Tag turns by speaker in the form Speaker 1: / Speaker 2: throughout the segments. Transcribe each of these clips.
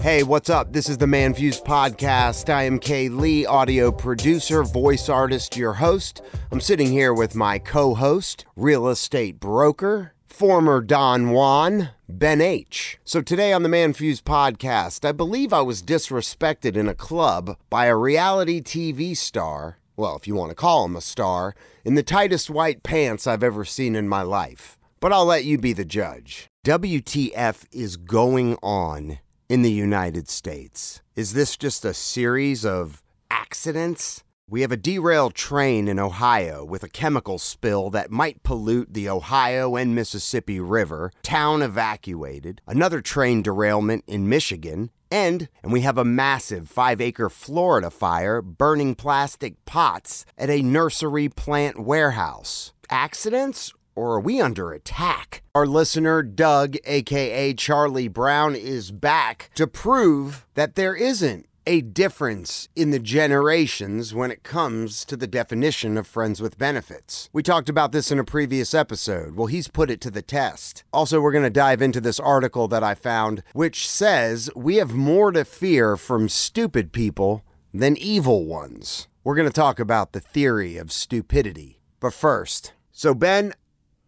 Speaker 1: Hey, what's up? This is the Man Views Podcast. I am Kay Lee, audio producer, voice artist, your host. I'm sitting here with my co host, real estate broker, former Don Juan, Ben H. So today on the Man Fuse podcast, I believe I was disrespected in a club by a reality TV star, well, if you want to call him a star, in the tightest white pants I've ever seen in my life. But I'll let you be the judge. WTF is going on in the United States? Is this just a series of accidents? We have a derailed train in Ohio with a chemical spill that might pollute the Ohio and Mississippi River, town evacuated, another train derailment in Michigan, and and we have a massive 5-acre Florida fire burning plastic pots at a nursery plant warehouse. Accidents or are we under attack? Our listener, Doug, aka Charlie Brown, is back to prove that there isn't a difference in the generations when it comes to the definition of friends with benefits. We talked about this in a previous episode. Well, he's put it to the test. Also, we're going to dive into this article that I found, which says we have more to fear from stupid people than evil ones. We're going to talk about the theory of stupidity. But first, so Ben,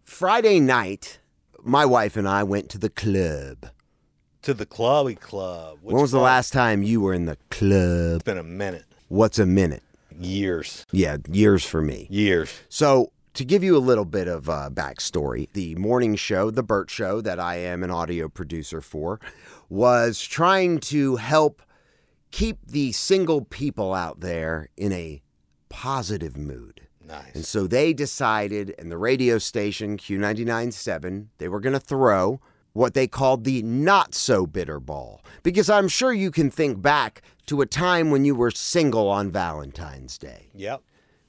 Speaker 1: Friday night, my wife and I went to the club.
Speaker 2: to the Chloe Club. Which
Speaker 1: when was the last time you were in the club?
Speaker 2: It's been a minute,
Speaker 1: What's a minute?
Speaker 2: years,
Speaker 1: Yeah, years for me.
Speaker 2: years.
Speaker 1: So, to give you a little bit of uh, backstory, the morning show, The Burt Show, that I am an audio producer for, was trying to help keep the single people out there in a positive mood. And
Speaker 2: Nice.
Speaker 1: so they decided, and the radio station Q99.7, they were going to throw what they called the not so bitter ball. Because I'm sure you can think back to a time when you were single on Valentine's Day.
Speaker 2: Yep.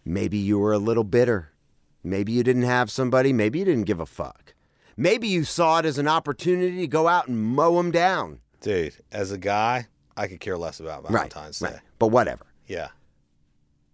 Speaker 1: Maybe you were a little bitter. Maybe you didn't have somebody. Maybe you didn't give a fuck. Maybe you saw it as an opportunity to go out and mow them down.
Speaker 2: Dude, as a guy, I could care less about Valentine's
Speaker 1: right.
Speaker 2: Day.
Speaker 1: But whatever.
Speaker 2: Yeah.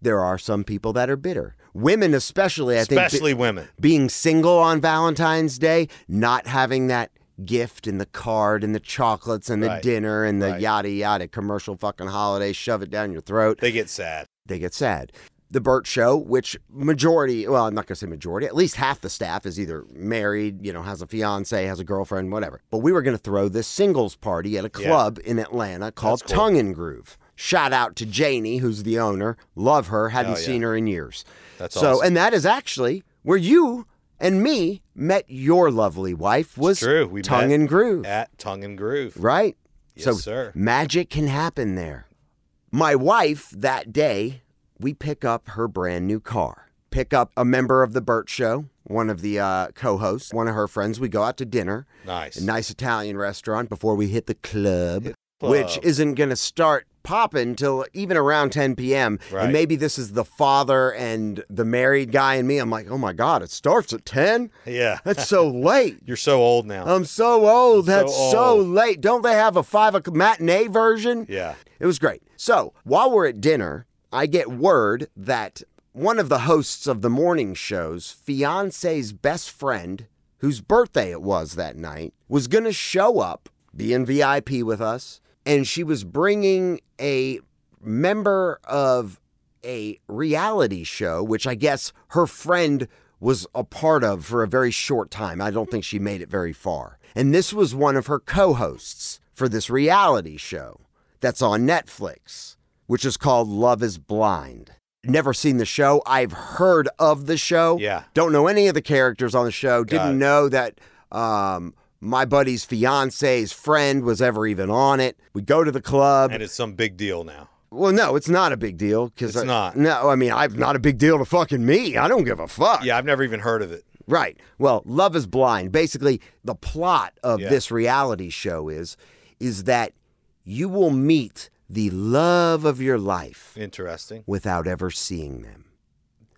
Speaker 1: There are some people that are bitter. Women, especially, I think.
Speaker 2: Especially women.
Speaker 1: being single on Valentine's Day, not having that gift and the card and the chocolates and the
Speaker 2: Right.
Speaker 1: dinner and the
Speaker 2: Right.
Speaker 1: yada yada commercial fucking holiday, shove it down your throat.
Speaker 2: They get sad.
Speaker 1: They get sad. The Burt Show, which majority, well, I'm not going to say majority, at least half the staff is either married, you know, has a fiance, has a girlfriend, whatever. But we were going to throw this singles party at a
Speaker 2: Yeah.
Speaker 1: club in Atlanta called
Speaker 2: That's cool.
Speaker 1: Tongue and Groove. Shout out to Janie, who's the owner. Love her. Hadn't
Speaker 2: yeah.
Speaker 1: seen her in years.
Speaker 2: That's
Speaker 1: So,
Speaker 2: awesome.
Speaker 1: and that is actually where you and me met your lovely wife was
Speaker 2: true. We
Speaker 1: tongue
Speaker 2: met
Speaker 1: and groove,
Speaker 2: At Tongue and Groove.
Speaker 1: right?
Speaker 2: Yes,
Speaker 1: so
Speaker 2: sir.
Speaker 1: magic can happen there. My wife that day, we pick up her brand new car. Pick up a member of the Burt Show, one of the uh, co-hosts, one of her friends. We go out to dinner,
Speaker 2: Nice.
Speaker 1: a nice Italian restaurant before we hit the club,
Speaker 2: club.
Speaker 1: which isn't going to start popping till even around 10 p.m.
Speaker 2: Right.
Speaker 1: And maybe this is the father and the married guy and me. I'm like, oh my God, it starts at 10?
Speaker 2: Yeah.
Speaker 1: That's so late.
Speaker 2: You're so old now.
Speaker 1: I'm so old.
Speaker 2: I'm so
Speaker 1: That's so
Speaker 2: old.
Speaker 1: late. Don't they have a five o'clock matinee version?
Speaker 2: yeah.
Speaker 1: It was great. So while we're at dinner, I get word that one of the hosts of the morning show's fiance's best friend, whose birthday it was that night, was going to show up, be in VIP with us, and she was bringing a member of a reality show, which I guess her friend was a part of for a very short time. I don't think she made it very far. And this was one of her co hosts for this reality show that's on Netflix, which is called Love is Blind. Never seen the show. I've heard of the show.
Speaker 2: Yeah.
Speaker 1: Don't know any of the characters on the show. Didn't
Speaker 2: it.
Speaker 1: know that um, my buddy's fiance's friend was ever even on it. We go to the club.
Speaker 2: And it's some big deal now.
Speaker 1: Well, no, it's not a big deal because
Speaker 2: It's not.
Speaker 1: No, I mean, I've not a big deal to fucking me. I don't give a fuck.
Speaker 2: Yeah, I've never even heard of it.
Speaker 1: Right. Well, Love is Blind. Basically, the plot of
Speaker 2: Yeah.
Speaker 1: this reality show is is that you will meet the love of your life
Speaker 2: Interesting.
Speaker 1: without ever seeing them.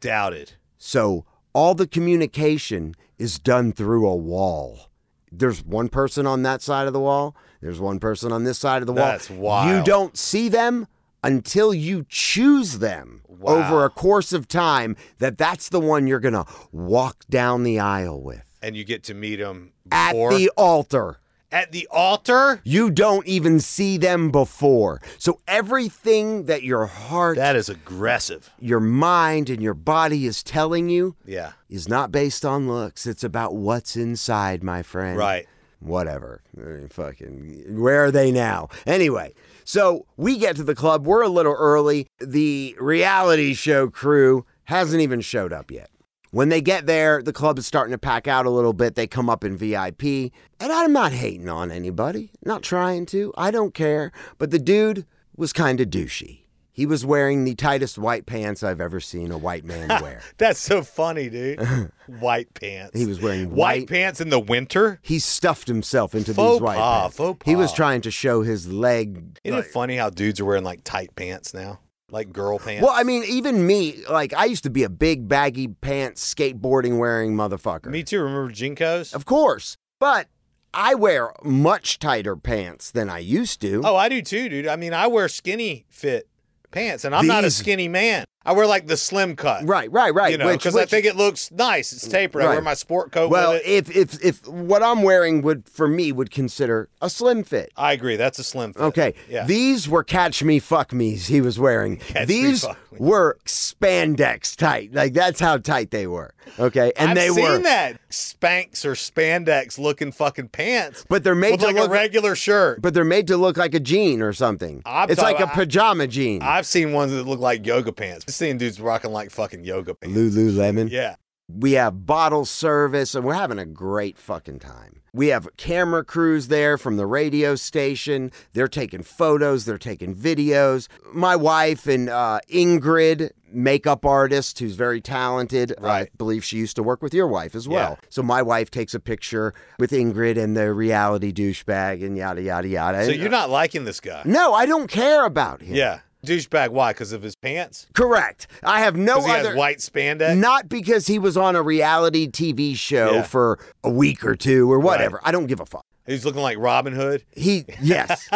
Speaker 2: Doubted.
Speaker 1: So all the communication is done through a wall. There's one person on that side of the wall. There's one person on this side of the wall.
Speaker 2: That's wild.
Speaker 1: You don't see them until you choose them
Speaker 2: Wow.
Speaker 1: over a course of time that that's the one you're going to walk down the aisle with
Speaker 2: And you get to meet him
Speaker 1: at
Speaker 2: before
Speaker 1: the altar.
Speaker 2: at the altar.
Speaker 1: You don't even see them before. So everything that your heart,
Speaker 2: That is aggressive.
Speaker 1: your mind, and your body is telling you
Speaker 2: Yeah.
Speaker 1: is not based on looks. It's about what's inside, my friend.
Speaker 2: Right.
Speaker 1: Whatever. I mean, fucking, where are they now? Anyway, so we get to the club. We're a little early. The reality show crew hasn't even showed up yet. When they get there, the club is starting to pack out a little bit. They come up in VIP. And I'm not hating on anybody, not trying to. I don't care. But the dude was kind of douchey. He was wearing the tightest white pants I've ever seen a white man wear.
Speaker 2: That's so funny, dude. white pants.
Speaker 1: He was wearing white-
Speaker 2: pants in the winter.
Speaker 1: he stuffed himself into these
Speaker 2: Faux
Speaker 1: white
Speaker 2: pas,
Speaker 1: pants.
Speaker 2: faux
Speaker 1: He was
Speaker 2: pas.
Speaker 1: trying to show his leg.
Speaker 2: Isn't
Speaker 1: like-
Speaker 2: it funny how dudes are wearing like tight pants now? Like girl pants.
Speaker 1: well, I mean, even me, like I used to be a big baggy pants skateboarding wearing motherfucker.
Speaker 2: Me too. Remember Jinkos?
Speaker 1: of course, but I wear much tighter pants than I used to.
Speaker 2: Oh, I do too, dude. I mean, I wear skinny fit pants, and I'm not a
Speaker 1: These-
Speaker 2: skinny man. I wear like the slim cut.
Speaker 1: right, right, right.
Speaker 2: You know,
Speaker 1: which-
Speaker 2: because I
Speaker 1: which-
Speaker 2: think it looks nice. It's tapered. I wear
Speaker 1: Right.
Speaker 2: my sport coat
Speaker 1: well,
Speaker 2: with it.
Speaker 1: if if if what I'm wearing would for me would consider a slim fit.
Speaker 2: I agree. That's a slim fit.
Speaker 1: Okay.
Speaker 2: Yeah.
Speaker 1: These were catch me fuck me's he was wearing.
Speaker 2: Catch me,
Speaker 1: These
Speaker 2: fuck me.
Speaker 1: were spandex tight. Like that's how tight they were. Okay. And
Speaker 2: I've
Speaker 1: they
Speaker 2: seen
Speaker 1: were
Speaker 2: that Spanx or spandex looking fucking pants,
Speaker 1: but they're made
Speaker 2: with
Speaker 1: to
Speaker 2: like
Speaker 1: look
Speaker 2: a regular shirt.
Speaker 1: but they're made to look like a jean or something.
Speaker 2: I'm
Speaker 1: it's
Speaker 2: talking-
Speaker 1: like a
Speaker 2: I-
Speaker 1: pajama jean.
Speaker 2: I've seen ones that look like yoga pants. I've seen dudes rocking like fucking yoga pants.
Speaker 1: Lululemon.
Speaker 2: Yeah.
Speaker 1: We have bottle service and we're having a great fucking time. We have camera crews there from the radio station. They're taking photos, they're taking videos. My wife and uh, Ingrid, makeup artist who's very talented. I
Speaker 2: Right.
Speaker 1: believe she used to work with your wife as well.
Speaker 2: Yeah.
Speaker 1: So my wife takes a picture with Ingrid and the reality douchebag and yada, yada, yada.
Speaker 2: So you're not liking this guy?
Speaker 1: No, I don't care about him.
Speaker 2: Yeah. Douchebag. Why? Because of his pants?
Speaker 1: Correct. I have no
Speaker 2: Because he
Speaker 1: other.
Speaker 2: has white spandex.
Speaker 1: Not because he was on a reality TV show
Speaker 2: Uh, Yeah.
Speaker 1: for a week or two or whatever. I don't give a fuck.
Speaker 2: He's looking like Robin Hood.
Speaker 1: He yes,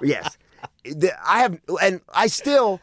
Speaker 1: yes. The- I have, and I still,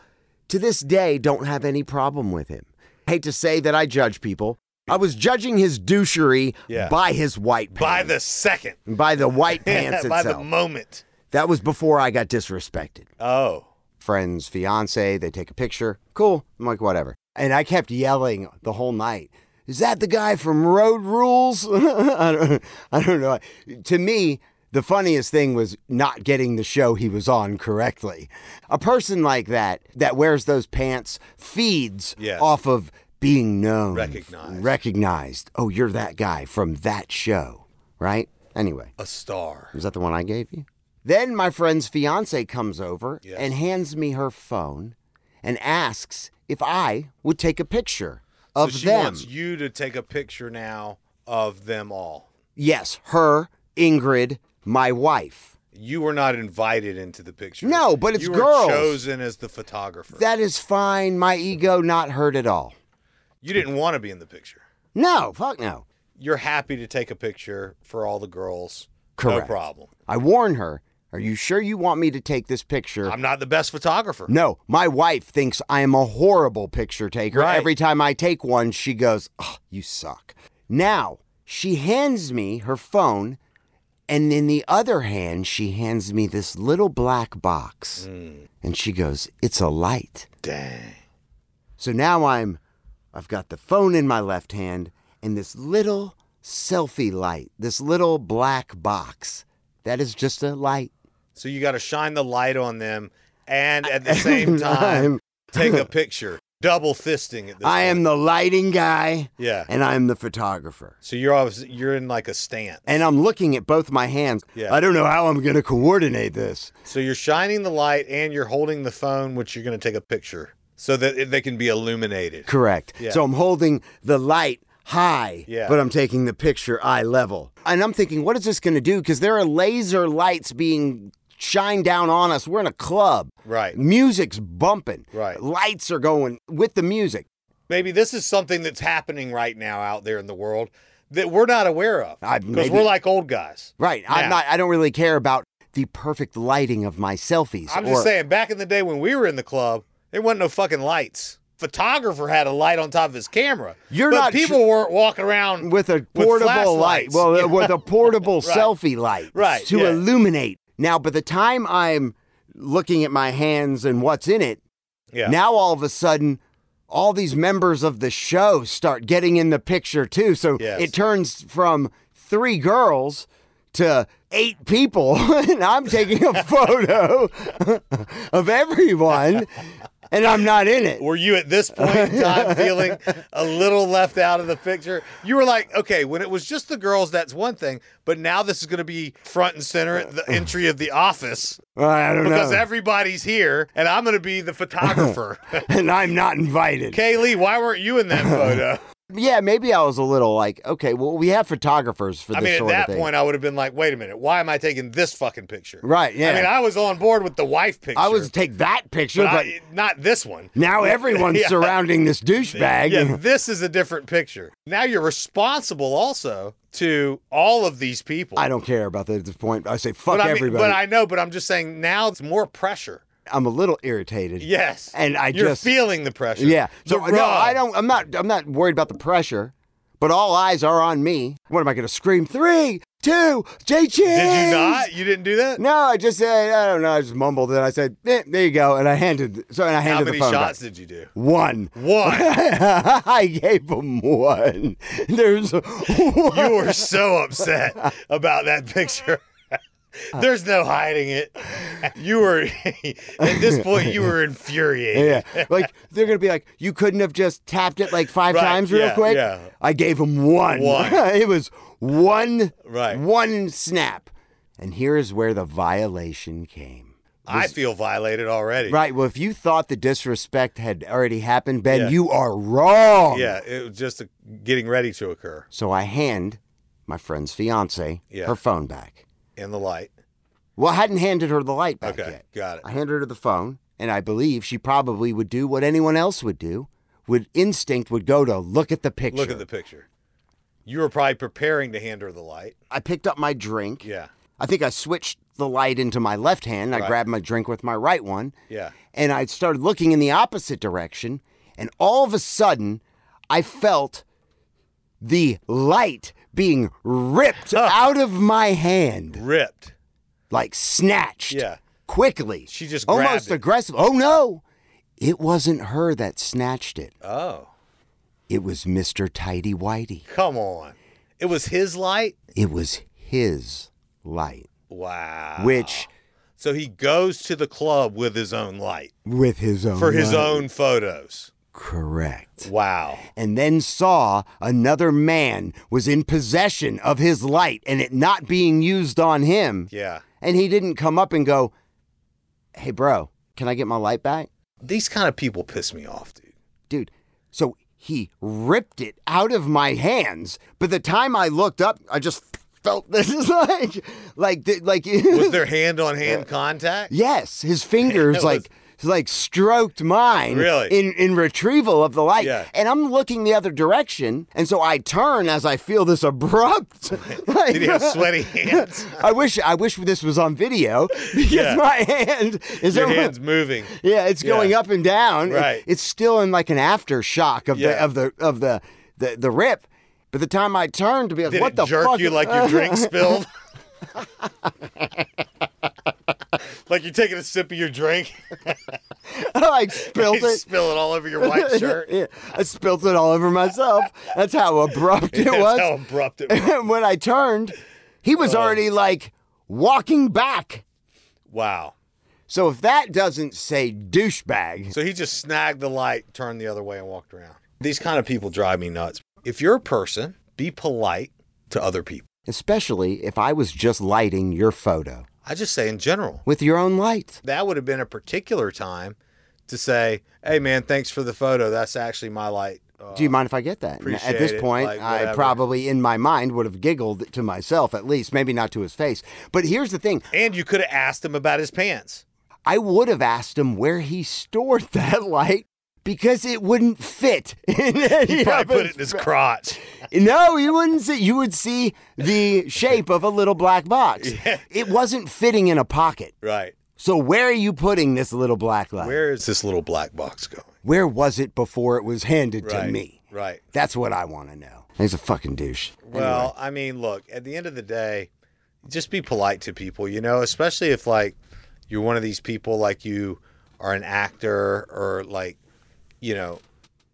Speaker 1: to this day, don't have any problem with him. hate to say that I judge people. I was judging his douchery
Speaker 2: Yeah.
Speaker 1: by his white
Speaker 2: by
Speaker 1: pants,
Speaker 2: the second,
Speaker 1: by the white pants
Speaker 2: by the
Speaker 1: itself.
Speaker 2: moment.
Speaker 1: that was before I got disrespected.
Speaker 2: Oh,
Speaker 1: friend's fiance. They take a picture. Cool. I'm like, whatever. And I kept yelling the whole night. Is that the guy from Road Rules? I, don't, I don't know. To me, the funniest thing was not getting the show he was on correctly. A person like that, that wears those pants, feeds
Speaker 2: Yes.
Speaker 1: off of being known,
Speaker 2: Recognized.
Speaker 1: recognized. Oh, you're that guy from that show, right? Anyway.
Speaker 2: a star.
Speaker 1: Was that the one I gave you? Then my friend's fiance comes over
Speaker 2: Yes.
Speaker 1: and hands me her phone and asks if I would take a picture of
Speaker 2: so she
Speaker 1: them.
Speaker 2: wants you to take a picture now of them all.
Speaker 1: Yes, her, Ingrid, my wife.
Speaker 2: You were not invited into the picture.
Speaker 1: No, but it's
Speaker 2: you
Speaker 1: girls.
Speaker 2: Were chosen as the photographer.
Speaker 1: That is fine. My ego not hurt at all.
Speaker 2: you didn't want to be in the picture.
Speaker 1: No, fuck no.
Speaker 2: You're happy to take a picture for all the girls.
Speaker 1: Correct.
Speaker 2: No problem.
Speaker 1: I warn her, are you sure you want me to take this picture?
Speaker 2: I'm not the best photographer.
Speaker 1: no, my wife thinks I am a horrible picture taker.
Speaker 2: Right.
Speaker 1: Every time I take one, she goes, oh, You suck. Now, she hands me her phone, and in the other hand, she hands me this little black box.
Speaker 2: Hmm.
Speaker 1: And she goes, It's a light.
Speaker 2: Dang.
Speaker 1: So now I'm, I've got the phone in my left hand and this little selfie light, this little black box. That is just a light.
Speaker 2: So you got to shine the light on them, and at the same time, take a picture. Double fisting at this.
Speaker 1: I am
Speaker 2: point.
Speaker 1: the lighting guy
Speaker 2: Yeah.
Speaker 1: and I'm the photographer.
Speaker 2: So you're obviously, you're in like a stance.
Speaker 1: And I'm looking at both my hands.
Speaker 2: Yeah.
Speaker 1: I don't know how I'm going to coordinate this.
Speaker 2: So you're shining the light and you're holding the phone, which you're going to take a picture so that it, they can be illuminated.
Speaker 1: Correct.
Speaker 2: Yeah.
Speaker 1: So I'm holding the light high,
Speaker 2: Yeah.
Speaker 1: but I'm taking the picture eye level. And I'm thinking, what is this going to do? Because there are laser lights being shined down on us. We're in a club.
Speaker 2: Right.
Speaker 1: Music's bumping.
Speaker 2: Right.
Speaker 1: Lights are going with the music.
Speaker 2: Maybe this is something that's happening right now out there in the world that we're not aware of
Speaker 1: I-
Speaker 2: because
Speaker 1: maybe-
Speaker 2: we're like old guys.
Speaker 1: Right. I'm
Speaker 2: Yeah.
Speaker 1: not I don't really care about the perfect lighting of my selfies.
Speaker 2: I'm
Speaker 1: or-
Speaker 2: just saying, back in the day when we were in the club, there wasn't no fucking lights. photographer had a light on top of his camera.
Speaker 1: You're
Speaker 2: but
Speaker 1: not tr-
Speaker 2: people weren't walking around
Speaker 1: with a portable light.
Speaker 2: flashlights.
Speaker 1: Well, uh,
Speaker 2: Yeah.
Speaker 1: with a portable selfie light
Speaker 2: Right,
Speaker 1: to
Speaker 2: yeah.
Speaker 1: illuminate. Now, by the time I'm looking at my hands and what's in it,
Speaker 2: yeah.
Speaker 1: now all of a sudden, all these members of the show start getting in the picture too. So
Speaker 2: Yes.
Speaker 1: it turns from three girls to eight people, and I'm taking a photo of everyone, and I'm not in it.
Speaker 2: Were you at this point in time feeling a little left out of the picture? You were like, okay, when it was just the girls, that's one thing, but now this is going to be front and center at the entry of the office
Speaker 1: I don't
Speaker 2: because
Speaker 1: know,
Speaker 2: everybody's here, and I'm going to be the photographer.
Speaker 1: and I'm not invited.
Speaker 2: Kaylee, why weren't you in that photo?
Speaker 1: Yeah, maybe I was a little like, okay, well, we have photographers for
Speaker 2: I
Speaker 1: this
Speaker 2: mean, at
Speaker 1: sort
Speaker 2: that
Speaker 1: of thing.
Speaker 2: point, I would have been like, wait a minute, why am I taking this fucking picture?
Speaker 1: right? Yeah,
Speaker 2: I mean, I was on board with the wife picture.
Speaker 1: I was take that picture,
Speaker 2: but
Speaker 1: but,
Speaker 2: I- not this one.
Speaker 1: now everyone's
Speaker 2: Yeah.
Speaker 1: surrounding this douchebag.
Speaker 2: Yeah, this is a different picture. Now you're responsible also to all of these people.
Speaker 1: I don't care about that at this point. I say fuck
Speaker 2: but I mean-
Speaker 1: everybody.
Speaker 2: but I know, but I'm just saying now it's more pressure.
Speaker 1: I, am a little irritated.
Speaker 2: Yes.
Speaker 1: and I
Speaker 2: you're
Speaker 1: just
Speaker 2: feeling the pressure.
Speaker 1: yeah.
Speaker 2: The
Speaker 1: So no,
Speaker 2: rub.
Speaker 1: I don't. I'm not. I'm not worried about the pressure, but all eyes are on me. What am I going to scream? Three, two, Jay Cheese.
Speaker 2: Did you not? You didn't do that?
Speaker 1: No, I just said I don't know. I just mumbled and I said eh, there you go, and I handed so and I
Speaker 2: How
Speaker 1: handed
Speaker 2: many
Speaker 1: the phone back.
Speaker 2: shots did you do?
Speaker 1: One.
Speaker 2: One.
Speaker 1: I gave him one. There's one.
Speaker 2: you were so upset about that picture. There's no hiding it. You were at this point you were infuriated.
Speaker 1: yeah, like they're gonna be like, you couldn't have just tapped it like five
Speaker 2: Right,
Speaker 1: times real
Speaker 2: yeah,
Speaker 1: quick.
Speaker 2: yeah.
Speaker 1: I gave him one.
Speaker 2: One.
Speaker 1: it was one.
Speaker 2: Right.
Speaker 1: One snap, and here is where the violation came.
Speaker 2: I feel violated already.
Speaker 1: Right. Well, if you thought the disrespect had already happened, Ben,
Speaker 2: Yeah.
Speaker 1: you are wrong.
Speaker 2: Yeah, it was just getting ready to occur
Speaker 1: So I hand my friend's fiance
Speaker 2: Yeah.
Speaker 1: her phone back.
Speaker 2: in the light.
Speaker 1: Well, I hadn't handed her the light back
Speaker 2: Okay,
Speaker 1: yet.
Speaker 2: got it.
Speaker 1: I handed her the phone, and I believe she probably would do what anyone else would do. Would instinct would go to look at the picture.
Speaker 2: Look at the picture. You were probably preparing to hand her the light.
Speaker 1: I picked up my drink.
Speaker 2: Yeah,
Speaker 1: I think I switched the light into my left hand. I
Speaker 2: Right.
Speaker 1: grabbed my drink with my right one,
Speaker 2: yeah.
Speaker 1: and I started looking in the opposite direction. And all of a sudden, I felt the light being ripped out of my hand,
Speaker 2: Ripped.
Speaker 1: like snatched.
Speaker 2: Yeah.
Speaker 1: quickly.
Speaker 2: She just grabbed
Speaker 1: almost
Speaker 2: it.
Speaker 1: aggressive. Oh no, it wasn't her that snatched it.
Speaker 2: Oh,
Speaker 1: It was Mister Tidy Whitey.
Speaker 2: come on. It was his light.
Speaker 1: It was his light,
Speaker 2: Wow.
Speaker 1: which
Speaker 2: so he goes to the club with his own light
Speaker 1: with his own
Speaker 2: for his
Speaker 1: light.
Speaker 2: own photos.
Speaker 1: correct,
Speaker 2: Wow.
Speaker 1: and then saw another man was in possession of his light and it not being used on him,
Speaker 2: Yeah.
Speaker 1: and he didn't come up and go, "Hey, bro, can I get my light back?"
Speaker 2: These kind of people piss me off, dude.
Speaker 1: dude. So he ripped it out of my hands. But the time I looked up, I just felt this is like, like, the- like,
Speaker 2: Was there hand on hand contact?
Speaker 1: yes, his fingers
Speaker 2: was-
Speaker 1: like. Like stroked mine
Speaker 2: Really?
Speaker 1: in in retrieval of the light,
Speaker 2: Yeah.
Speaker 1: and I'm looking the other direction, and so I turn as I feel this abrupt. like,
Speaker 2: Did he have sweaty hands?
Speaker 1: I wish I wish this was on video because
Speaker 2: Yeah.
Speaker 1: my hand is
Speaker 2: Your
Speaker 1: over-
Speaker 2: hands moving.
Speaker 1: yeah, it's going
Speaker 2: Yeah.
Speaker 1: up and down. It-
Speaker 2: Right.
Speaker 1: it's still in like an aftershock of the
Speaker 2: Yeah.
Speaker 1: of the of the, the the rip. But the time I turned to be like,
Speaker 2: Did
Speaker 1: what
Speaker 2: it
Speaker 1: the
Speaker 2: jerk
Speaker 1: fuck?
Speaker 2: you like your drink spilled? like you're taking a sip of your drink,
Speaker 1: I like
Speaker 2: you
Speaker 1: spilled it.
Speaker 2: spill it all over your white shirt.
Speaker 1: Yeah, I spilled it all over myself. That's how abrupt it
Speaker 2: That's
Speaker 1: was.
Speaker 2: how Oh. abrupt it was.
Speaker 1: and when I turned, he was already like walking back.
Speaker 2: Wow.
Speaker 1: So if that doesn't say douchebag,
Speaker 2: So he just snagged the light, turned the other way, and walked around. These kind of people drive me nuts. If you're a person, be polite to other people.
Speaker 1: especially if I was just lighting your photo
Speaker 2: I just say in general.
Speaker 1: with your own light.
Speaker 2: that would have been a particular time to say, "Hey, man, thanks for the photo. That's actually my light." Uh,
Speaker 1: Do you mind if I get that? And At
Speaker 2: appreciate
Speaker 1: this
Speaker 2: it,
Speaker 1: point,
Speaker 2: like,
Speaker 1: I
Speaker 2: whatever.
Speaker 1: probably, in my mind, would have giggled to myself at least, maybe not to his face. But here's the thing
Speaker 2: and you could have asked him about his pants.
Speaker 1: I would have asked him where he stored that light because it wouldn't fit in any
Speaker 2: He probably
Speaker 1: of
Speaker 2: put it in his crotch.
Speaker 1: No, you wouldn't see. You would see the shape of a little black box. It wasn't fitting in a pocket.
Speaker 2: Right.
Speaker 1: So, where are you putting this little black light?
Speaker 2: Where is this little black box going?
Speaker 1: Where was it before it was handed
Speaker 2: Right.
Speaker 1: to me?
Speaker 2: Right.
Speaker 1: That's what I want to know. He's a fucking douche.
Speaker 2: Well, I mean, look, at the end of the day, just be polite to people, you know, especially if like you're one of these people like you are an actor or like, you know,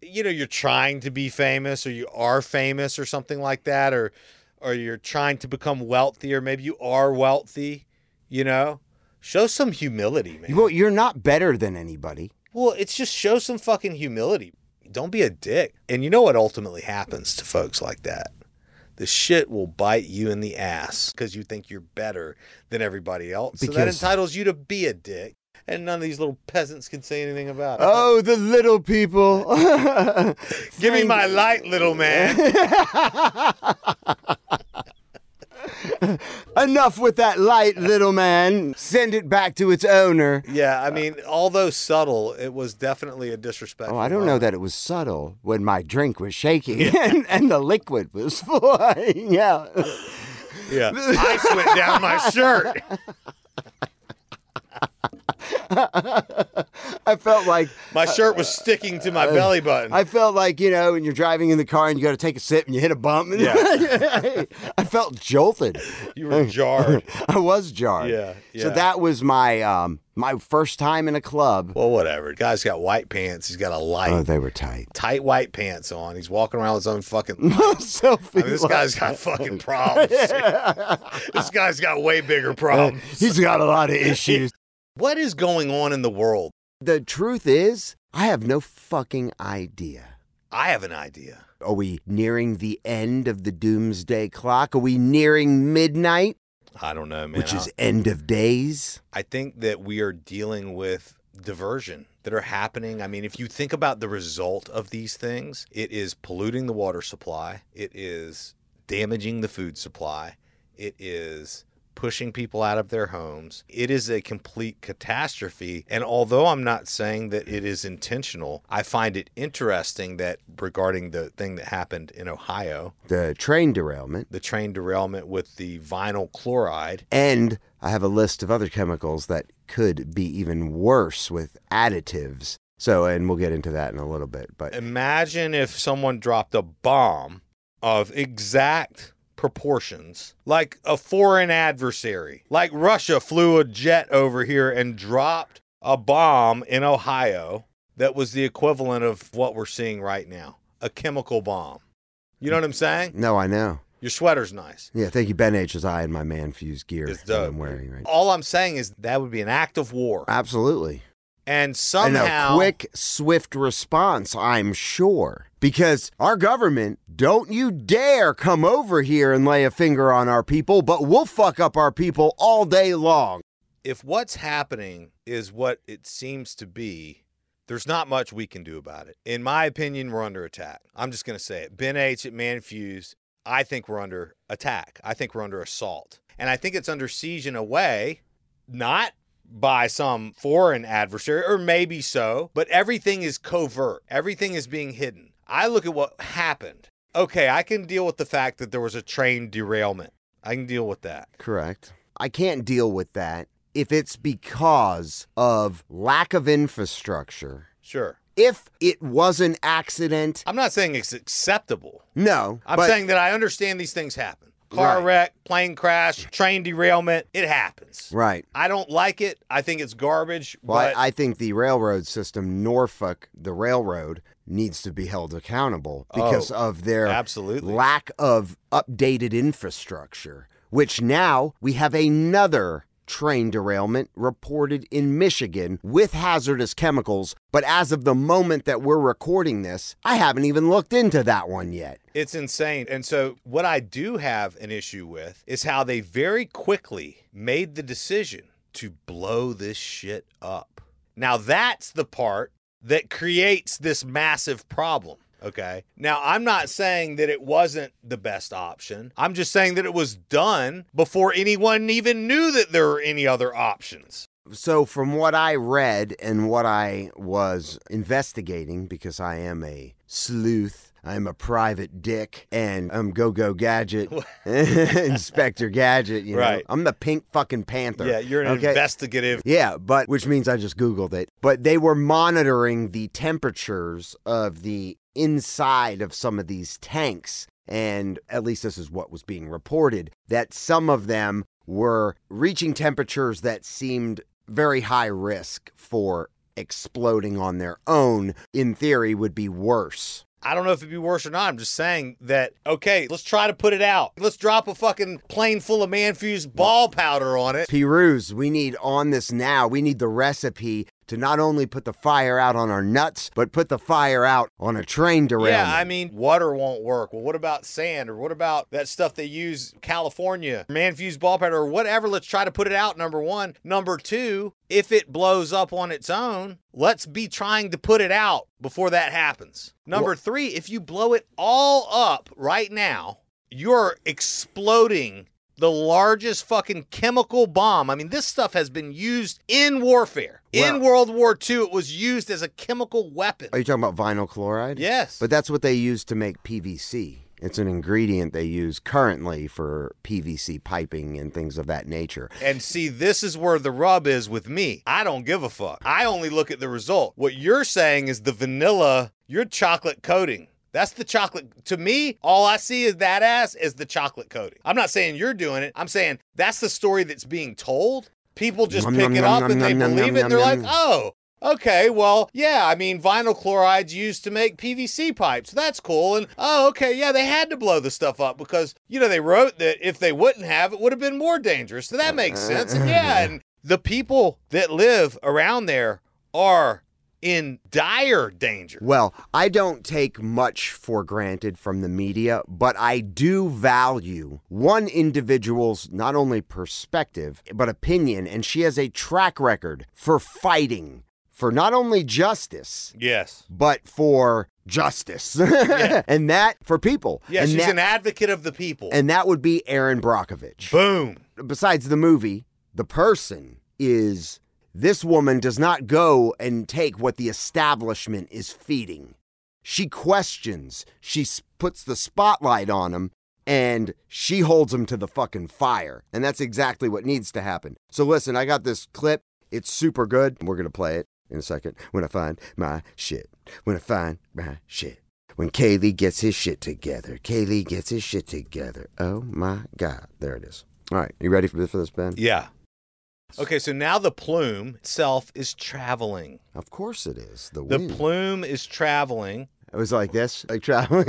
Speaker 2: you know, you're trying to be famous or you are famous or something like that or or you're trying to become wealthy or maybe you are wealthy, you know? Show some humility, man.
Speaker 1: Well, you're not better than anybody.
Speaker 2: Well, it's just show some fucking humility. Don't be a dick. And you know what ultimately happens to folks like that? The shit will bite you in the ass because you think you're better than everybody else. so that
Speaker 1: Because-
Speaker 2: entitles you to be a dick. And none of these little peasants can say anything about it.
Speaker 1: Oh, the little people.
Speaker 2: Give me my light, little man.
Speaker 1: Enough with that light, little man. Send it back to its owner.
Speaker 2: yeah, I mean, although subtle, it was definitely a disrespectful.
Speaker 1: Oh, I don't know
Speaker 2: moment.
Speaker 1: that it was subtle when my drink was shaking and, and the liquid was flying out.
Speaker 2: Yeah. Ice went down my shirt.
Speaker 1: I felt like
Speaker 2: My shirt was sticking to my belly button.
Speaker 1: I felt like you know, when you're driving in the car and you got to take a sip and you hit a bump. And I felt jolted.
Speaker 2: you were jarred.
Speaker 1: I was jarred.
Speaker 2: Yeah, yeah.
Speaker 1: So that was my um my first time in a club.
Speaker 2: Well, whatever. Guy's got white pants. He's got a light.
Speaker 1: Oh, they were tight.
Speaker 2: tight white pants on. He's walking around with his own fucking.
Speaker 1: Selfie.
Speaker 2: I mean, this guy's got fucking problems. this guy's got way
Speaker 1: Uh,
Speaker 2: bigger problems.
Speaker 1: He's got a lot of issues.
Speaker 2: What is going on in the world?
Speaker 1: the truth is, I have no fucking idea.
Speaker 2: I have an idea.
Speaker 1: Are we nearing the end of the doomsday clock? Are we nearing midnight,
Speaker 2: I don't know, man.
Speaker 1: which
Speaker 2: I-
Speaker 1: is end of days?
Speaker 2: I think that we are dealing with diversion that are happening. I mean, if you think about the result of these things, it is polluting the water supply, it is damaging the food supply, it is pushing people out of their homes. It is a complete catastrophe. And although I'm not saying that it is intentional, I find it interesting that regarding the thing that happened in Ohio,
Speaker 1: The train derailment.
Speaker 2: the train derailment with the vinyl chloride,
Speaker 1: And I have a list of other chemicals that could be even worse with additives. So, and we'll get into that in a little bit. But
Speaker 2: imagine if someone dropped a bomb of exact proportions, like a foreign adversary, like Russia flew a jet over here and dropped a bomb in Ohio that was the equivalent of what we're seeing right now a chemical bomb. You know what I'm saying?
Speaker 1: no, I know.
Speaker 2: Your sweater's nice.
Speaker 1: Yeah, thank you, Ben H. As I and my man fuse gear
Speaker 2: It's
Speaker 1: that
Speaker 2: dope.
Speaker 1: I'm wearing right now.
Speaker 2: All I'm saying is that would be an act of war.
Speaker 1: Absolutely.
Speaker 2: And
Speaker 1: And
Speaker 2: somehow.
Speaker 1: a quick, swift response, I'm sure. Because our government, don't you dare come over here and lay a finger on our people, but we'll fuck up our people all day long.
Speaker 2: if what's happening is what it seems to be, there's not much we can do about it. In my opinion, we're under attack. I'm just going to say it. Ben H at Manfuse, I think we're under attack. I think we're under assault. And I think it's under siege in a way, not by some foreign adversary, or maybe so, but everything is covert, everything is being hidden. I look at what happened. Okay, I can deal with the fact that there was a train derailment. I can deal with that.
Speaker 1: Correct. I can't deal with that if it's because of lack of infrastructure.
Speaker 2: Sure.
Speaker 1: If it was an accident,
Speaker 2: I'm not saying it's acceptable.
Speaker 1: no.
Speaker 2: I'm
Speaker 1: but
Speaker 2: saying that I understand these things happen. Car
Speaker 1: Right.
Speaker 2: wreck, plane crash, train derailment, it happens.
Speaker 1: right.
Speaker 2: I don't like it. I think it's garbage,
Speaker 1: Well, I-
Speaker 2: but
Speaker 1: I, think the railroad system, Norfolk, the railroad, needs to be held accountable
Speaker 2: Oh,
Speaker 1: because of their
Speaker 2: absolutely.
Speaker 1: lack of updated infrastructure, which now we have another train derailment reported in Michigan with hazardous chemicals. But as of the moment that we're recording this, I haven't even looked into that one yet.
Speaker 2: It's insane. And so, what I do have an issue with is how they very quickly made the decision to blow this shit up. Now, that's the part that creates this massive problem. Okay. Now, I'm not saying that it wasn't the best option. I'm just saying that it was done before anyone even knew that there were any other options.
Speaker 1: So, from what I read and what I was investigating, because I am a sleuth, I'm a private dick and I'm Go Go Gadget, Inspector Gadget. You know,
Speaker 2: Right.
Speaker 1: I'm the pink fucking panther.
Speaker 2: Yeah, you're an
Speaker 1: okay?
Speaker 2: investigative.
Speaker 1: Yeah, but which means I just Googled it. But they were monitoring the temperatures of the inside of some of these tanks. And at least this is what was being reported that some of them were reaching temperatures that seemed very high risk for exploding on their own, in theory, would be worse.
Speaker 2: I don't know if it'd be worse or not. I'm just saying that, okay, let's try to put it out. Let's drop a fucking plane full of man fused ball powder on it.
Speaker 1: Peruse, we need on this now. We need the recipe to not only put the fire out on our nuts, but put the fire out on a train derailment.
Speaker 2: Yeah, I mean, water won't work. Well, what about sand or what about that stuff they use California, man fused ball powder or whatever? Let's try to put it out. Number one. Number two, if it blows up on its own, let's be trying to put it out before that happens. Number three, if you blow it all up right now, you're exploding the largest fucking chemical bomb. I mean, this stuff has been used in warfare. in World War II, it was used as a chemical weapon.
Speaker 1: Are you talking about vinyl chloride?
Speaker 2: yes.
Speaker 1: But that's what they use to make PVC. It's an ingredient they use currently for PVC piping and things of that nature.
Speaker 2: And see, this is where the rub is with me. I don't give a fuck. I only look at the result. What you're saying is the vanilla, your chocolate coating. That's the chocolate. To me, all I see is that ass is the chocolate coating. I'm not saying you're doing it. I'm saying that's the story that's being told. People just
Speaker 1: Nom,
Speaker 2: pick
Speaker 1: nom,
Speaker 2: it
Speaker 1: nom,
Speaker 2: up and
Speaker 1: nom,
Speaker 2: they
Speaker 1: nom, nom,
Speaker 2: believe it.
Speaker 1: nom,
Speaker 2: And they're like,
Speaker 1: nom.
Speaker 2: oh, okay, well, yeah, I mean, vinyl chloride's used to make PVC pipes. That's cool. And, oh, okay, yeah, they had to blow the stuff up because, you know, they wrote that if they wouldn't have, it would have been more dangerous. So that makes sense. And, yeah, and the people that live around there are in dire danger.
Speaker 1: Well, I don't take much for granted from the media, but I do value one individual's not only perspective, but opinion, and she has a track record for fighting for not only justice,
Speaker 2: Yes.
Speaker 1: but for justice. and that for people.
Speaker 2: Yeah,
Speaker 1: and
Speaker 2: she's
Speaker 1: that,
Speaker 2: an advocate of the people.
Speaker 1: and that would be Aaron Brockovich.
Speaker 2: Boom.
Speaker 1: besides the movie, the person is this woman does not go and take what the establishment is feeding. She questions, she s- puts the spotlight on him, and she holds him to the fucking fire. And that's exactly what needs to happen. So, listen, I got this clip. It's super good. We're going to play it in a second when I find my shit. When I find my shit. When Kaylee gets his shit together. Kaylee gets his shit together. Oh my God. There it is. All right. You ready for this, for this Ben?
Speaker 2: Yeah. Okay, so now the plume itself is traveling.
Speaker 1: Of course it is. The,
Speaker 2: The
Speaker 1: wind.
Speaker 2: plume is traveling.
Speaker 1: it was like this, like traveling.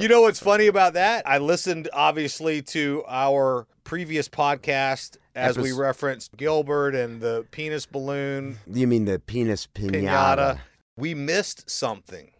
Speaker 2: you know what's funny about that? I listened obviously to our previous podcast as we
Speaker 1: Epis-
Speaker 2: referenced Gilbert and the penis balloon
Speaker 1: you mean the penis pinata?
Speaker 2: pinata. We missed something.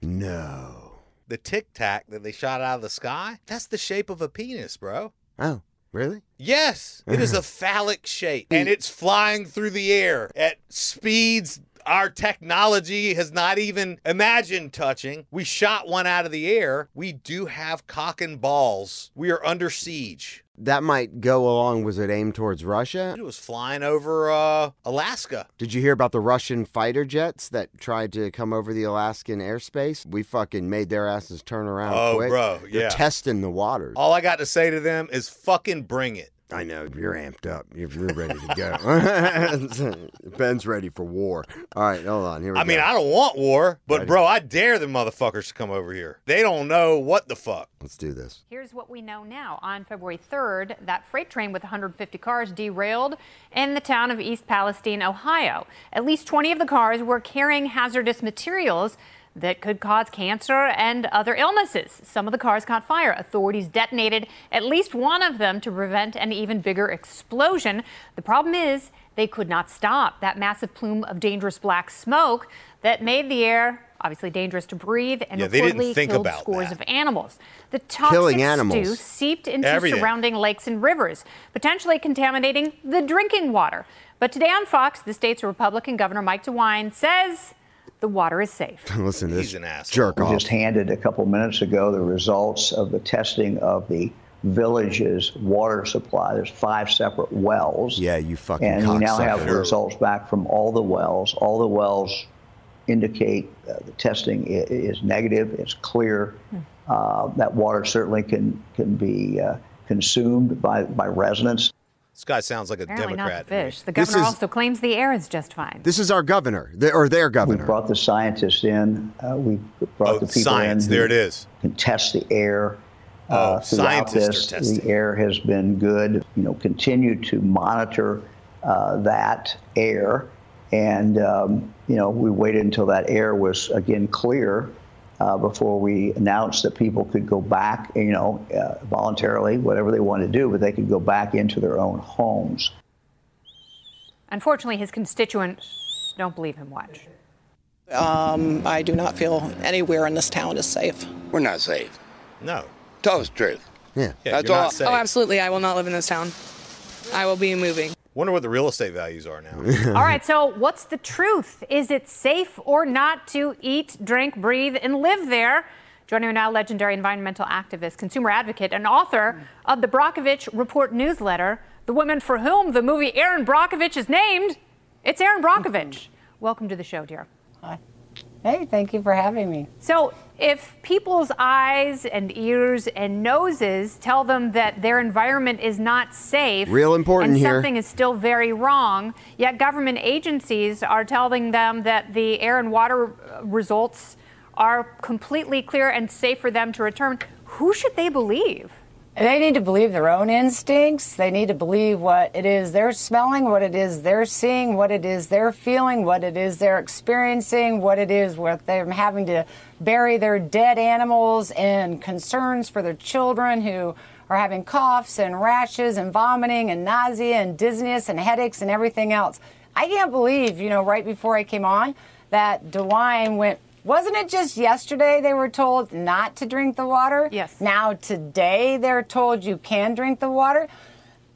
Speaker 1: No.
Speaker 2: The tic tac that they shot out of the sky, that's the shape of a penis, bro.
Speaker 1: Oh, really?
Speaker 2: Yes, it is a phallic shape and it's flying through the air at speeds our technology has not even imagined touching. We shot one out of the air. We do have cock and balls. We are under siege.
Speaker 1: That might go along. Was it aimed towards Russia?
Speaker 2: It was flying over uh, Alaska.
Speaker 1: Did you hear about the Russian fighter jets that tried to come over the Alaskan airspace? We fucking made their asses turn around
Speaker 2: Oh,
Speaker 1: quick.
Speaker 2: bro,
Speaker 1: They're
Speaker 2: yeah. Oh.
Speaker 1: testing the waters.
Speaker 2: All I got to say to them is fucking bring it.
Speaker 1: I know you're amped up. You're, you're ready to go. Ben's ready for war. All right, hold on. Here we
Speaker 2: I
Speaker 1: go.
Speaker 2: mean, I don't want war, but
Speaker 1: Right.
Speaker 2: bro, I dare the motherfuckers to come over here. They don't know what the fuck.
Speaker 1: let's do this.
Speaker 3: Here's what we know now. On February 3rd, that freight train with 150 cars derailed in the town of East Palestine, Ohio. At least 20 of the cars were carrying hazardous materials that could cause cancer and other illnesses. Some of the cars caught fire. Authorities detonated at least one of them to prevent an even bigger explosion. The problem is they could not stop that massive plume of dangerous black smoke that made the air obviously dangerous to breathe and
Speaker 2: Yeah, they didn't
Speaker 3: reportedly
Speaker 2: think
Speaker 3: killed
Speaker 2: about
Speaker 3: scores
Speaker 2: that.
Speaker 3: of animals. The toxic
Speaker 1: Killing animals.
Speaker 3: stew seeped into
Speaker 2: Everything.
Speaker 3: surrounding lakes and rivers, potentially contaminating the drinking water. But today on Fox, the state's Republican Governor Mike DeWine says the water is safe.
Speaker 1: Listen to this.
Speaker 2: He's an asshole.
Speaker 1: Jerk
Speaker 4: We
Speaker 1: off.
Speaker 4: just handed a couple minutes ago the results of the testing of the village's water supply. There's five separate wells.
Speaker 1: Yeah, you fucking
Speaker 4: And we now have
Speaker 1: cocksucker.
Speaker 4: the results back from all the wells. All the wells indicate uh, the testing is, is negative, it's clear. Uh, that water certainly can, can be uh, consumed by, by residents.
Speaker 2: This guy sounds like a
Speaker 3: Apparently
Speaker 2: Democrat.
Speaker 3: not
Speaker 2: to
Speaker 3: the
Speaker 2: me.
Speaker 3: fish. The
Speaker 1: This
Speaker 3: governor
Speaker 1: is-
Speaker 3: also claims the air is just fine.
Speaker 1: This is our governor, th- or their
Speaker 4: We
Speaker 1: governor.
Speaker 4: brought the scientists in. Uh, we brought
Speaker 2: Oh,
Speaker 4: the people
Speaker 2: science.
Speaker 4: in. who
Speaker 2: There it is.
Speaker 4: Can test the air.
Speaker 2: Oh,
Speaker 4: Uh, throughout
Speaker 2: scientists are
Speaker 4: this, the
Speaker 2: testing.
Speaker 4: air has been good. You know, continue to monitor uh, that air, and um, you know, we waited until that air was again clear uh, before we announced that people could go back. You know, uh, voluntarily, whatever they want to do, but they could go back into their own homes.
Speaker 3: Unfortunately, his constituents don't believe him much.
Speaker 5: Um, I do not feel anywhere in this town is safe.
Speaker 6: We're not safe.
Speaker 2: No.
Speaker 6: Tell us the truth.
Speaker 1: yeah.
Speaker 2: Yeah,
Speaker 6: That's
Speaker 2: you're not
Speaker 6: all-
Speaker 2: safe.
Speaker 7: Oh, absolutely. I will not live in this town. I will be moving.
Speaker 2: Wonder what the real estate values are now.
Speaker 3: All right, so what's the truth? Is it safe or not to eat, drink, breathe, and live there? Joining me now, legendary environmental activist, consumer advocate, and author of the Brockovich Report newsletter, the woman for whom the movie Aaron Brockovich is named. It's Aaron Brockovich. Welcome to the show, dear.
Speaker 8: Hey, thank you for having me.
Speaker 3: So, if people's eyes and ears and noses tell them that their environment is not safe,
Speaker 1: Real important
Speaker 3: and
Speaker 1: here.
Speaker 3: something is still very wrong, yet government agencies are telling them that the air and water uh, results are completely clear and safe for them to return, who should they believe?
Speaker 8: They need to believe their own instincts. They need to believe what it is they're smelling, what it is they're seeing, what it is they're feeling, what it is they're experiencing, what it is what they're having to bury their dead animals and concerns for their children who are having coughs and rashes and vomiting and nausea and dizziness and headaches and everything else. I can't believe, you know, right before I came on, that DeWine went. Wasn't it just yesterday they were told not to drink the water?
Speaker 3: Yes.
Speaker 8: Now today they're told you can drink the water.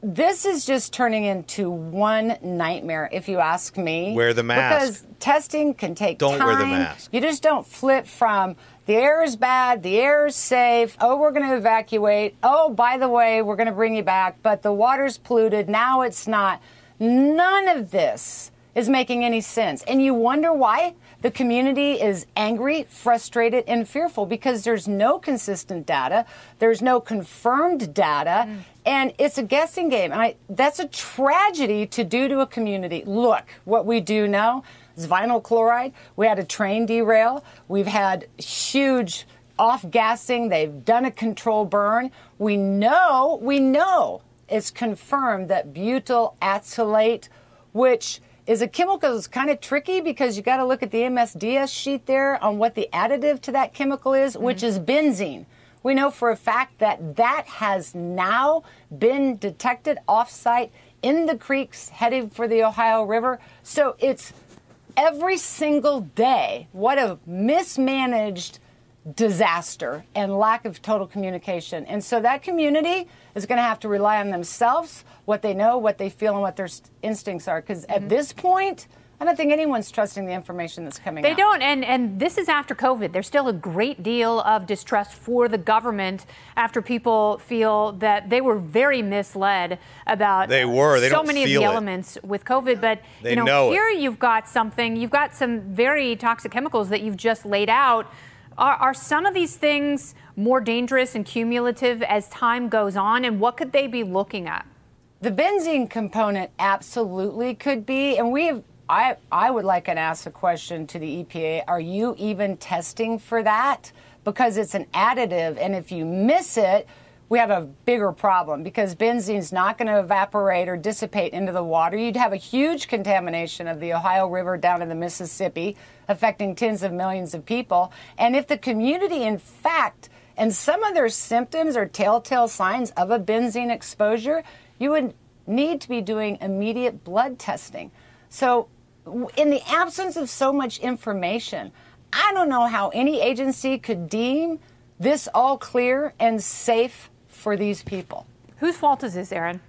Speaker 8: This is just turning into one nightmare, if you ask me.
Speaker 2: Wear the mask.
Speaker 8: Because testing can take
Speaker 2: Don't
Speaker 8: time.
Speaker 2: wear the mask.
Speaker 8: You just don't flip from the air is bad, the air is safe. Oh, we're going to evacuate. Oh, by the way, we're going to bring you back, but the water's polluted. Now it's not. None of this is making any sense. And you wonder why the community is angry, frustrated, and fearful because there's no consistent data, there's no confirmed data, and it's a guessing game. And I, that's a tragedy to do to a community. Look, what we do know is vinyl chloride. We had a train derail, we've had huge off gassing, they've done a control burn. We know, we know it's confirmed that butyl acetylate which is a chemical that's kind of tricky because you got to look at the MSDS sheet there on what the additive to that chemical is, which is benzene. We know for a fact that that has now been detected offsite in the creeks headed for the Ohio River. So it's every single day what a mismanaged disaster and lack of total communication. And so that community is going to have to rely on themselves, what they know, what they feel, and what their s- instincts are. Because
Speaker 3: Mm-hmm.
Speaker 8: at this point, I don't think anyone's trusting the information that's coming
Speaker 3: They
Speaker 8: out.
Speaker 3: don't, and and this is after COVID. There's still a great deal of distrust for the government after people feel that they were very misled about
Speaker 2: They were. They
Speaker 3: so
Speaker 2: don't
Speaker 3: many of
Speaker 2: feel
Speaker 3: the
Speaker 2: it.
Speaker 3: elements with COVID. But
Speaker 2: They
Speaker 3: you know,
Speaker 2: know it.
Speaker 3: here you've got something. You've got some very toxic chemicals that you've just laid out. Are, are some of these things more dangerous and cumulative as time goes on? And what could they be looking at?
Speaker 8: The benzene component absolutely could be, and we have. I, I would like and ask a question to the EPA. Are you even testing for that? Because it's an additive, and if you miss it, we have a bigger problem because benzene's not going to evaporate or dissipate into the water. You'd have a huge contamination of the Ohio River down to the Mississippi, affecting tens of millions of people. And if the community, in fact, and some of their symptoms or telltale signs of a benzene exposure, you would need to be doing immediate blood testing. So, w- in the absence of so much information, I don't know how any agency could deem this all clear and safe for these people.
Speaker 3: Whose fault is this, Aaron?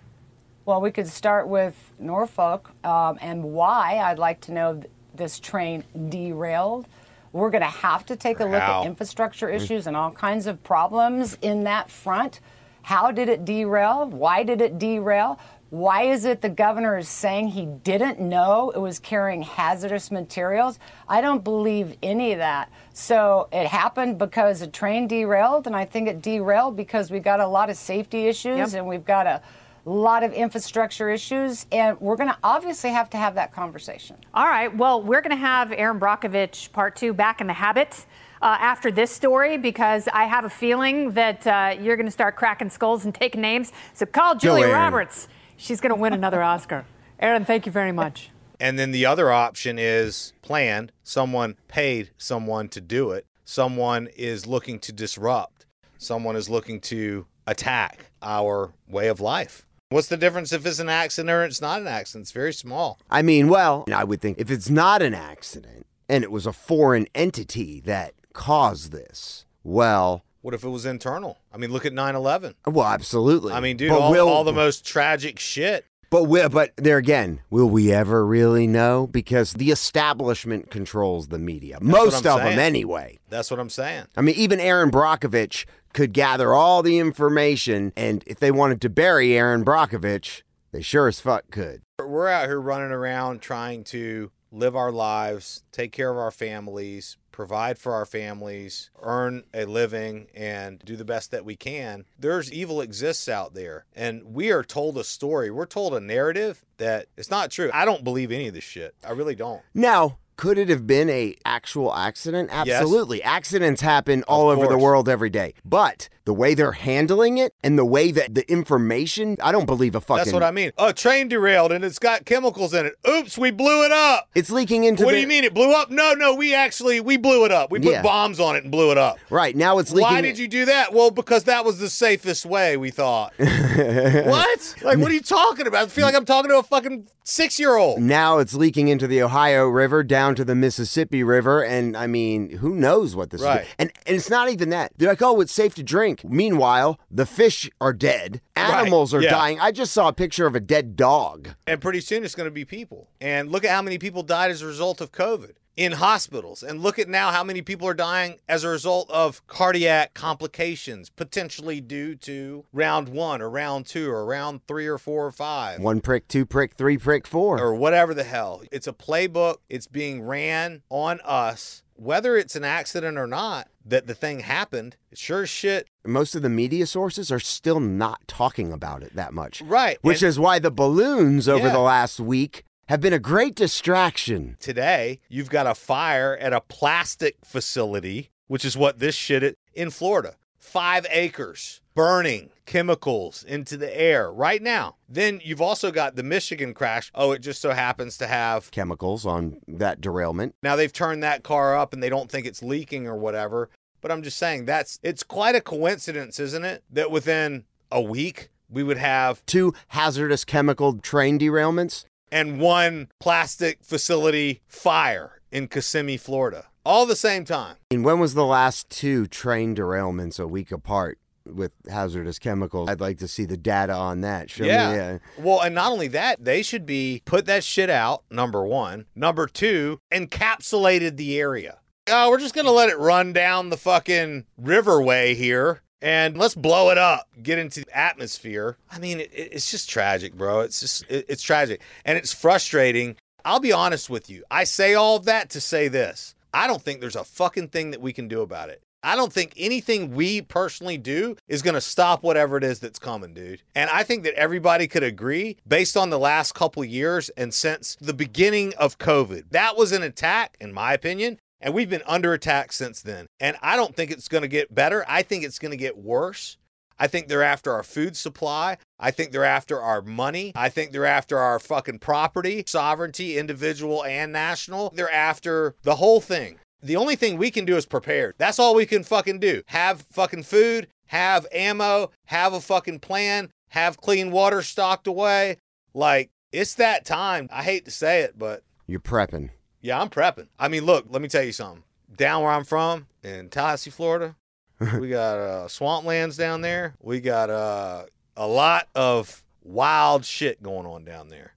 Speaker 8: Well, we could start with Norfolk um, and why I'd like to know th- this train derailed. We're going to have to take a look
Speaker 2: How?
Speaker 8: at infrastructure issues and all kinds of problems in that front. How did it derail? Why did it derail? Why is it the governor is saying he didn't know it was carrying hazardous materials? I don't believe any of that. So it happened because a train derailed, and I think it derailed because we've got a lot of safety
Speaker 3: Yep.
Speaker 8: issues and we've got a lot of infrastructure issues, and we're going to obviously have to have that conversation.
Speaker 3: All right. Well, we're going to have Aaron Brockovich part two back in the habit uh, after this story because I have a feeling that uh, you're going to start cracking skulls and taking names. So call Julia
Speaker 1: Aaron.
Speaker 3: Roberts. She's going to win another Oscar. Aaron, thank you very much.
Speaker 2: And then the other option is planned. Someone paid someone to do it. Someone is looking to disrupt. Someone is looking to attack our way of life. What's the difference if it's an accident or it's not an accident? It's very small.
Speaker 1: I mean, well, I would think if it's not an accident and it was a foreign entity that caused this, well,
Speaker 2: What if it was internal? I mean, look at 9 11.
Speaker 1: well, absolutely.
Speaker 2: I mean, dude,
Speaker 1: But
Speaker 2: all,
Speaker 1: will-
Speaker 2: all the most tragic shit.
Speaker 1: But will, but there again, will we ever really know? Because the establishment controls the media, most
Speaker 2: I'm
Speaker 1: of them
Speaker 2: saying.
Speaker 1: anyway.
Speaker 2: That's what I'm saying.
Speaker 1: I mean, even Aaron Brockovich could gather all the information, and if they wanted to bury Aaron Brockovich, they sure as fuck could.
Speaker 2: We're out here running around trying to live our lives, take care of our families, provide for our families, earn a living, and do the best that we can. There's evil exists out there, and we are told a story. We're told a narrative that it's not true. I don't believe any of this shit. I really don't.
Speaker 1: Now, could it have been a actual accident?
Speaker 2: Yes.
Speaker 1: Absolutely. Accidents happen all over the
Speaker 2: course.
Speaker 1: world every day. But the way they're handling it and the way that the information, I don't believe a fucking
Speaker 2: That's what I mean. A train derailed and it's got chemicals in it. Oops, we blew it up.
Speaker 1: It's leaking into
Speaker 2: What
Speaker 1: the
Speaker 2: do you mean it blew up? No, no, we actually we blew it up. We put
Speaker 1: Yeah.
Speaker 2: bombs on it and blew it up.
Speaker 1: Right, now it's leaking
Speaker 2: Why did you do that? Well, because that was the safest way, we thought. what? Like, what are you talking about? I feel like I'm talking to a fucking six year old.
Speaker 1: now it's leaking into the Ohio River down to the Mississippi River, and I mean, who knows what this
Speaker 2: Right.
Speaker 1: is? And and it's not even that. They're like, oh, it's safe to drink. Meanwhile, the fish are dead, animals are
Speaker 2: yeah.
Speaker 1: dying. I just saw a picture of a dead dog.
Speaker 2: And pretty soon it's going to be people. And look at how many people died as a result of COVID in hospitals. And look at now how many people are dying as a result of cardiac complications, potentially due to round one or round two or round three or four or five.
Speaker 1: One prick, two prick, three prick, four.
Speaker 2: or whatever the hell. It's a playbook. It's being ran on us, whether it's an accident or not. That the thing happened, sure as shit.
Speaker 1: Most of the media sources are still not talking about it that much.
Speaker 2: Right,
Speaker 1: Which
Speaker 2: and-
Speaker 1: is why the balloons over
Speaker 2: Yeah.
Speaker 1: the last week have been a great distraction.
Speaker 2: Today, you've got a fire at a plastic facility, which is what this shit is in Florida. Five acres burning chemicals into the air right now. Then you've also got the Michigan crash. Oh, it just so happens to have
Speaker 1: Chemicals on that derailment.
Speaker 2: Now they've turned that car up and they don't think it's leaking or whatever. But I'm just saying that's it's quite a coincidence, isn't it? That within a week we would have
Speaker 1: Two hazardous chemical train derailments.
Speaker 2: and one plastic facility fire in Kissimmee, Florida. All the same time.
Speaker 1: And when was the last two train derailments a week apart with hazardous chemicals? I'd like to see the data on that. Show
Speaker 2: yeah.
Speaker 1: Me, uh,
Speaker 2: Well, and not only that, they should be put that shit out, number one. Number two, encapsulated the area. Oh, we're just gonna let it run down the fucking riverway here and let's blow it up, get into the atmosphere. I mean, it, it- it's just tragic, bro. It's just it, it's tragic. And it's frustrating. I'll be honest with you. I say all of that to say this. I don't think there's a fucking thing that we can do about it. I don't think anything we personally do is going to stop whatever it is that's coming, dude. And I think that everybody could agree based on the last couple years and since the beginning of COVID. That was an attack, in my opinion, and we've been under attack since then. And I don't think it's going to get better. I think it's going to get worse. I think they're after our food supply. I think they're after our money. I think they're after our fucking property, sovereignty, individual and national. They're after the whole thing. The only thing we can do is prepare. That's all we can fucking do. Have fucking food, have ammo, have a fucking plan, have clean water stocked away. Like, it's that time. I hate to say it, but
Speaker 1: You're prepping.
Speaker 2: yeah, I'm prepping. I mean, look, let me tell you something. Down where I'm from in Tallahassee, Florida, we got uh, swamplands down there. We got uh, a lot of wild shit going on down there.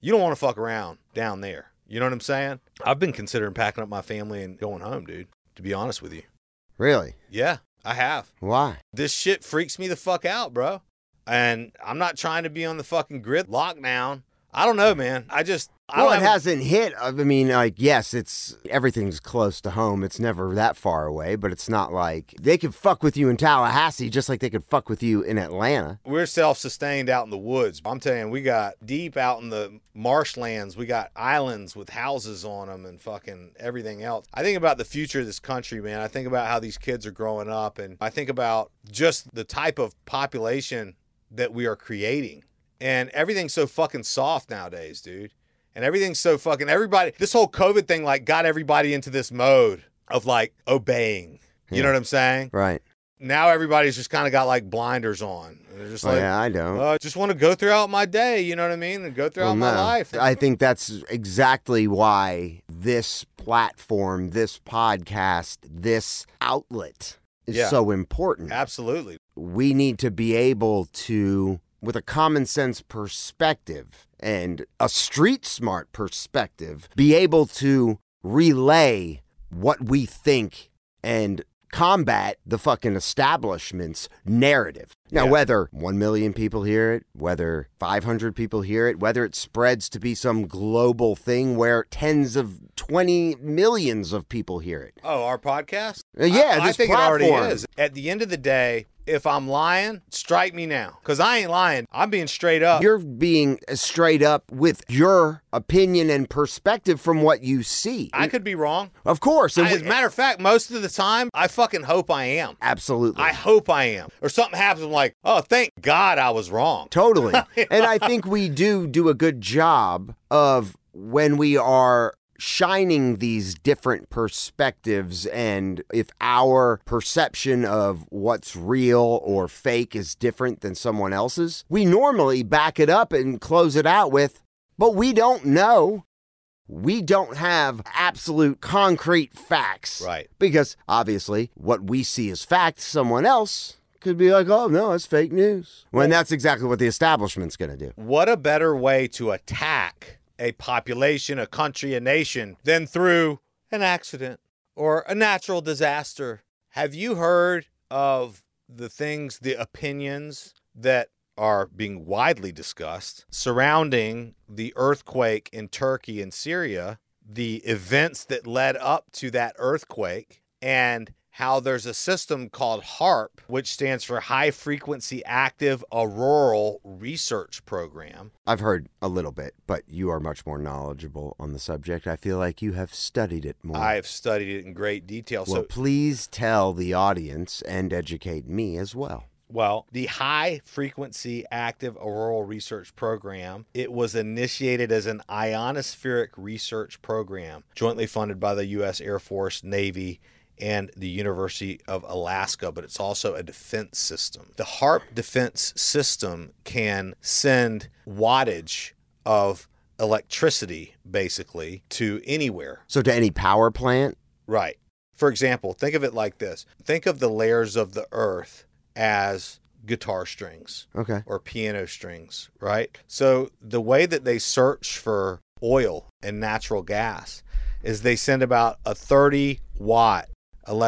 Speaker 2: You don't want to fuck around down there. You know what I'm saying? I've been considering packing up my family and going home, dude, to be honest with you.
Speaker 1: Really?
Speaker 2: Yeah, I have.
Speaker 1: Why?
Speaker 2: This shit freaks me the fuck out, bro. And I'm not trying to be on the fucking grid lockdown. I don't know, man. I just I
Speaker 1: Well,
Speaker 2: don't
Speaker 1: it
Speaker 2: have a-
Speaker 1: hasn't hit. uh, I mean, like, yes, it's everything's close to home. It's never that far away, but it's not like they could fuck with you in Tallahassee just like they could fuck with you in Atlanta.
Speaker 2: we're self-sustained out in the woods. I'm telling you, we got deep out in the marshlands. We got islands with houses on them and fucking everything else. I think about the future of this country, man. I think about how these kids are growing up and I think about just the type of population that we are creating. And everything's so fucking soft nowadays, dude. And everything's so fucking everybody this whole COVID thing like got everybody into this mode of like obeying. You know what I'm saying?
Speaker 1: Right.
Speaker 2: Now everybody's just kind of got like blinders on. And they're just
Speaker 1: oh,
Speaker 2: like,
Speaker 1: yeah, I don't.
Speaker 2: uh, just want to go throughout my day, you know what I mean? And go throughout
Speaker 1: Well,
Speaker 2: my
Speaker 1: no.
Speaker 2: life.
Speaker 1: I think that's exactly why this platform, this podcast, this outlet is
Speaker 2: Yeah.
Speaker 1: so important.
Speaker 2: Absolutely.
Speaker 1: we need to be able to, with a common sense perspective and a street smart perspective, be able to relay what we think and combat the fucking establishment's narrative. Now,
Speaker 2: Yeah.
Speaker 1: whether 1 million people hear it, whether 500 people hear it, whether it spreads to be some global thing where tens of 20 millions of people hear it.
Speaker 2: Oh, our podcast?
Speaker 1: Uh, yeah,
Speaker 2: I, I
Speaker 1: this
Speaker 2: think it
Speaker 1: platform.
Speaker 2: already is. At the end of the day, if I'm lying, strike me now. Because I ain't lying. I'm being straight up.
Speaker 1: You're being straight up with your opinion and perspective from what you see.
Speaker 2: I could be wrong.
Speaker 1: of course. and
Speaker 2: I-
Speaker 1: we-
Speaker 2: as a matter of fact, most of the time, I fucking hope I am.
Speaker 1: absolutely.
Speaker 2: I hope I am. Or something happens, I'm like, oh, thank God I was wrong.
Speaker 1: totally. and I think we do do a good job of when we are shining these different perspectives and if our perception of what's real or fake is different than someone else's, we normally back it up and close it out with, but we don't know. we don't have absolute concrete facts.
Speaker 2: Right.
Speaker 1: Because obviously, what we see as fact, someone else could be like, oh, no, it's fake news. When that's exactly what the establishment's going to do.
Speaker 2: What a better way to attack a population, a country, a nation than through an accident or a natural disaster? Have you heard of the things, the opinions that are being widely discussed surrounding the earthquake in Turkey and Syria, the events that led up to that earthquake, and how there's a system called HARP, which stands for High Frequency Active Auroral Research Program.
Speaker 1: I've heard a little bit, but you are much more knowledgeable on the subject. I feel like you have studied it more.
Speaker 2: I have studied it in great detail.
Speaker 1: well,
Speaker 2: so,
Speaker 1: please tell the audience and educate me as well.
Speaker 2: well, the High Frequency Active Auroral Research Program, it was initiated as an ionospheric research program jointly funded by the U.S. Air Force, Navy, and the University of Alaska, but it's also a defense system. The HARP defense system can send wattage of electricity basically to anywhere
Speaker 1: So, to any power plant,
Speaker 2: Right. For example, think of it like this think of the layers of the earth as guitar strings
Speaker 1: okay.
Speaker 2: or piano strings, right? So the way that they search for oil and natural gas is they send about a 30 watt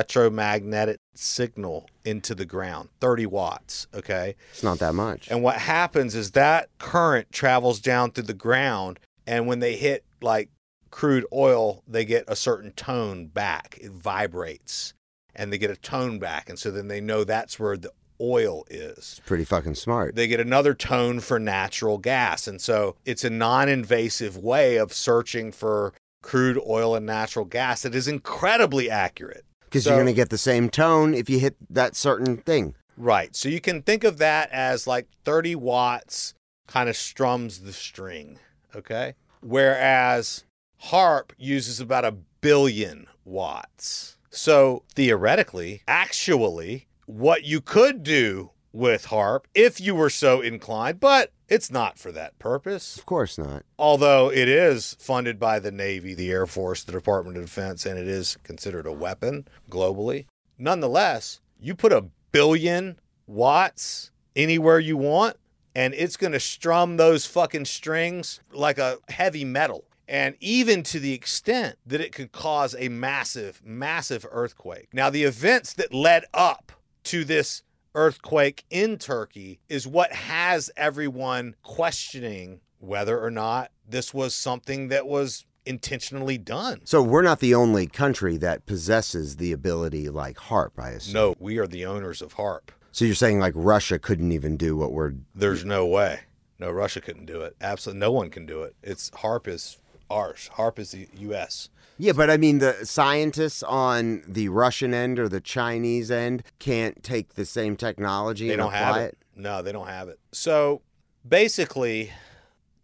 Speaker 2: electromagnetic signal into the ground, 30 watts, okay?
Speaker 1: It's not that much.
Speaker 2: And what happens is that current travels down through the ground, and when they hit like crude oil, they get a certain tone back. It vibrates, and they get a tone back, and so then they know that's where the oil is.
Speaker 1: it's pretty fucking smart.
Speaker 2: They get another tone for natural gas, and so it's a non-invasive way of searching for crude oil and natural gas that is incredibly accurate.
Speaker 1: Because you're
Speaker 2: So-
Speaker 1: going to get the same tone if you hit that certain thing.
Speaker 2: Right. So you can think of that as like 30 watts kind of strums the string. Okay. Whereas harp uses about a billion watts. So theoretically, actually, what you could do with harp if you were so inclined, but it's not for that purpose.
Speaker 1: Of course not.
Speaker 2: Although it is funded by the Navy, the Air Force, the Department of Defense, and it is considered a weapon globally. Nonetheless, you put a billion watts anywhere you want, and it's going to strum those fucking strings like a heavy metal. And even to the extent that it could cause a massive, massive earthquake. Now, the events that led up to this earthquake in Turkey is what has everyone questioning whether or not this was something that was intentionally done.
Speaker 1: So we're not the only country that possesses the ability like HARP, I assume.
Speaker 2: No, we are the owners of HARP.
Speaker 1: So you're saying like Russia couldn't even do what we're
Speaker 2: There's no way. No, Russia couldn't do it. Absolutely, no one can do it. It's HARP is ours. HARP is the U.S.
Speaker 1: Yeah, but I mean, the scientists on the Russian end or the Chinese end can't take the same technology
Speaker 2: They
Speaker 1: and
Speaker 2: don't
Speaker 1: apply
Speaker 2: have it. No, they don't have it. So basically,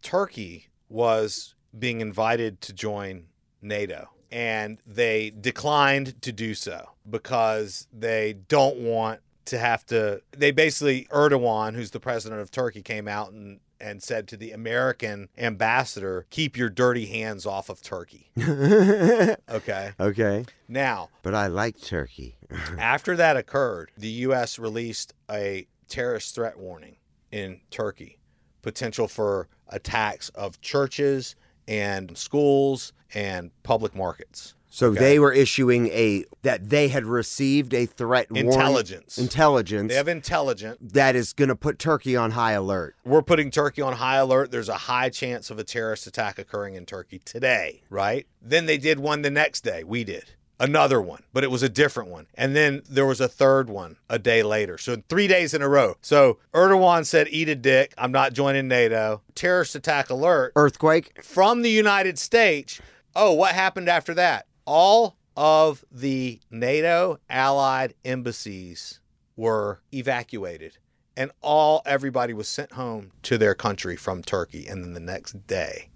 Speaker 2: Turkey was being invited to join NATO, and they declined to do so because they don't want to have to. They basically, Erdogan, who's the president of Turkey, came out and and said to the American ambassador, "Keep your dirty hands off of Turkey." okay.
Speaker 1: Okay.
Speaker 2: Now,
Speaker 1: But I like Turkey.
Speaker 2: after that occurred, the U.S. released a terrorist threat warning in Turkey, potential for attacks of churches and schools and public markets.
Speaker 1: So they were issuing a that they had received a threat warning-
Speaker 2: Intelligence.
Speaker 1: intelligence
Speaker 2: They have intelligent.
Speaker 1: that is going to put Turkey on high alert.
Speaker 2: We're putting Turkey on high alert. There's a high chance of a terrorist attack occurring in Turkey today, right? Then they did one the next day. We did. Another one, but it was a different one. And then there was a third one a day later. So, three days in a row. So, Erdogan said, Eat a dick. I'm not joining NATO. Terrorist attack alert.
Speaker 1: Earthquake.
Speaker 2: from the United States. Oh, what happened after that? All of the NATO allied embassies were evacuated and all everybody was sent home to their country from Turkey and then the next day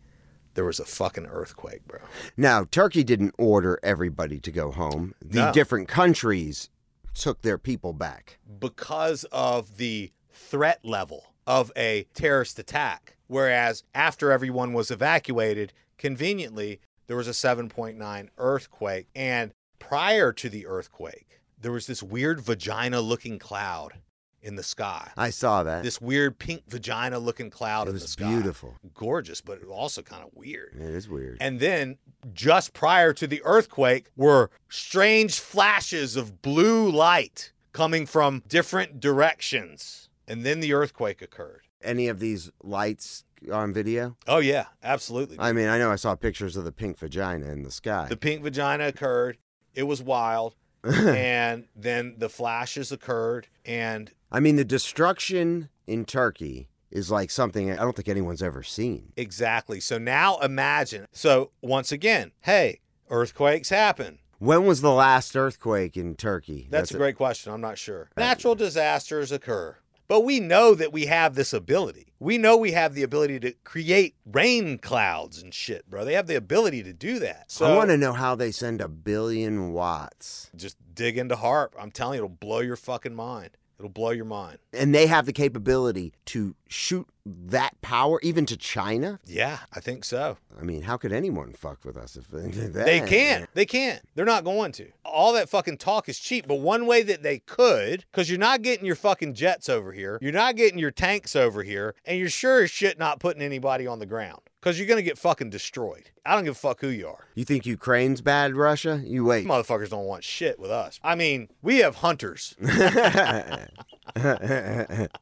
Speaker 2: there was a fucking earthquake, bro.
Speaker 1: Now Turkey didn't order everybody to go home. The
Speaker 2: No.
Speaker 1: different countries took their people back.
Speaker 2: Because of the threat level of a terrorist attack. Whereas after everyone was evacuated, conveniently, there was a 7.9 earthquake. And prior to the earthquake, there was this weird vagina looking cloud in the sky.
Speaker 1: I saw that.
Speaker 2: This weird pink vagina looking
Speaker 1: It
Speaker 2: cloud in
Speaker 1: was
Speaker 2: the sky.
Speaker 1: beautiful.
Speaker 2: Gorgeous, but also kind of weird.
Speaker 1: it is weird.
Speaker 2: And then just prior to the earthquake were strange flashes of blue light coming from different directions. And then the earthquake occurred.
Speaker 1: Any of these lights on video?
Speaker 2: Oh, yeah, absolutely.
Speaker 1: I mean, I know I saw pictures of the pink vagina in the sky.
Speaker 2: The pink vagina occurred. It was wild. and then the flashes occurred. And
Speaker 1: I mean, the destruction in Turkey is like something I don't think anyone's ever seen.
Speaker 2: exactly. So now imagine. So once again, hey, earthquakes happen.
Speaker 1: When was the last earthquake in Turkey?
Speaker 2: That's, a great question. I'm not sure. Natural disasters occur, but we know that we have this ability. We know we have the ability to create rain clouds and shit, bro. They have the ability to do that. So
Speaker 1: I want to know how they send a billion watts.
Speaker 2: just dig into harp. I'm telling you, it'll blow your fucking mind. It'll blow your mind.
Speaker 1: And they have the capability to shoot that power even to China?
Speaker 2: Yeah, I think so.
Speaker 1: I mean, how could anyone fuck with us if they did that?
Speaker 2: They can't. They can't. They're not going to. All that fucking talk is cheap. But one way that they could, because you're not getting your fucking jets over here, you're not getting your tanks over here, and you're sure as shit not putting anybody on the ground. Because you're going to get fucking destroyed. I don't give a fuck who you are.
Speaker 1: You think Ukraine's bad, Russia? You wait.
Speaker 2: Motherfuckers don't want shit with us. I mean, we have hunters.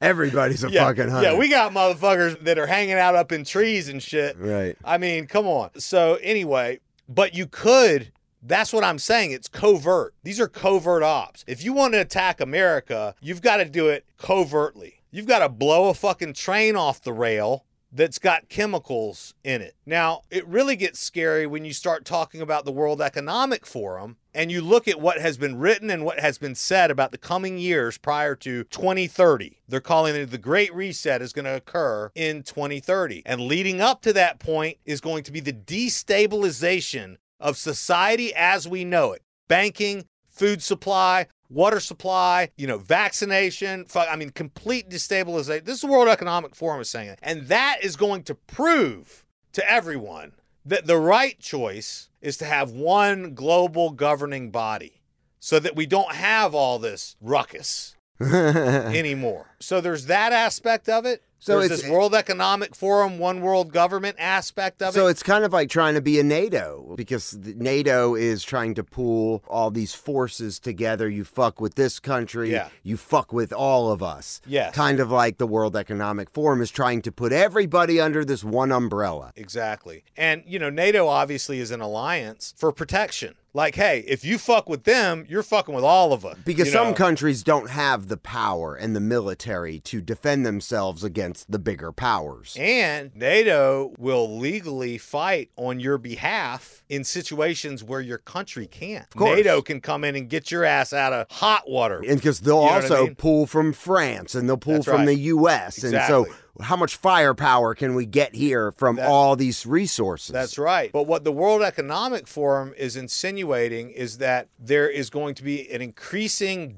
Speaker 1: Everybody's a
Speaker 2: Yeah,
Speaker 1: fucking hunter.
Speaker 2: yeah, we got motherfuckers that are hanging out up in trees and shit.
Speaker 1: Right.
Speaker 2: I mean, come on. So anyway, but you could. That's what I'm saying. It's covert. These are covert ops. If you want to attack America, you've got to do it covertly. You've got to blow a fucking train off the rail that's got chemicals in it. Now, it really gets scary when you start talking about the World Economic Forum and you look at what has been written and what has been said about the coming years prior to 2030. They're calling it the Great Reset is going to occur in 2030. And leading up to that point is going to be the destabilization of society as we know it. Banking, food supply, water supply, you know, vaccination, fu- I mean, complete destabilization. This is the World Economic Forum is saying it. And that is going to prove to everyone that the right choice is to have one global governing body so that we don't have all this ruckus anymore. So there's that aspect of it. So
Speaker 1: So
Speaker 2: There's
Speaker 1: it's
Speaker 2: this World Economic Forum, one world government aspect of
Speaker 1: so
Speaker 2: it.
Speaker 1: it's kind of like trying to be a NATO because the- NATO is trying to pool all these forces together. You fuck with this country,
Speaker 2: Yeah.
Speaker 1: you fuck with all of us.
Speaker 2: Yes.
Speaker 1: Kind of like the World Economic Forum is trying to put everybody under this one umbrella.
Speaker 2: Exactly. And, you know, NATO obviously is an alliance for protection. Like, hey, if you fuck with them, you're fucking with all of us.
Speaker 1: Because
Speaker 2: you
Speaker 1: some
Speaker 2: know?
Speaker 1: countries don't have the power and the military to defend themselves against the bigger powers.
Speaker 2: And NATO will legally fight on your behalf in situations where your country can't.
Speaker 1: course.
Speaker 2: NATO can come in and get your ass out of hot water.
Speaker 1: And because they'll
Speaker 2: You know what I
Speaker 1: also
Speaker 2: mean?
Speaker 1: pull from France and they'll pull
Speaker 2: That's
Speaker 1: from
Speaker 2: right.
Speaker 1: the US. And
Speaker 2: Exactly.
Speaker 1: so, how much firepower can we get here from all these resources?
Speaker 2: That's right. But what the World Economic Forum is insinuating is that there is going to be an increasing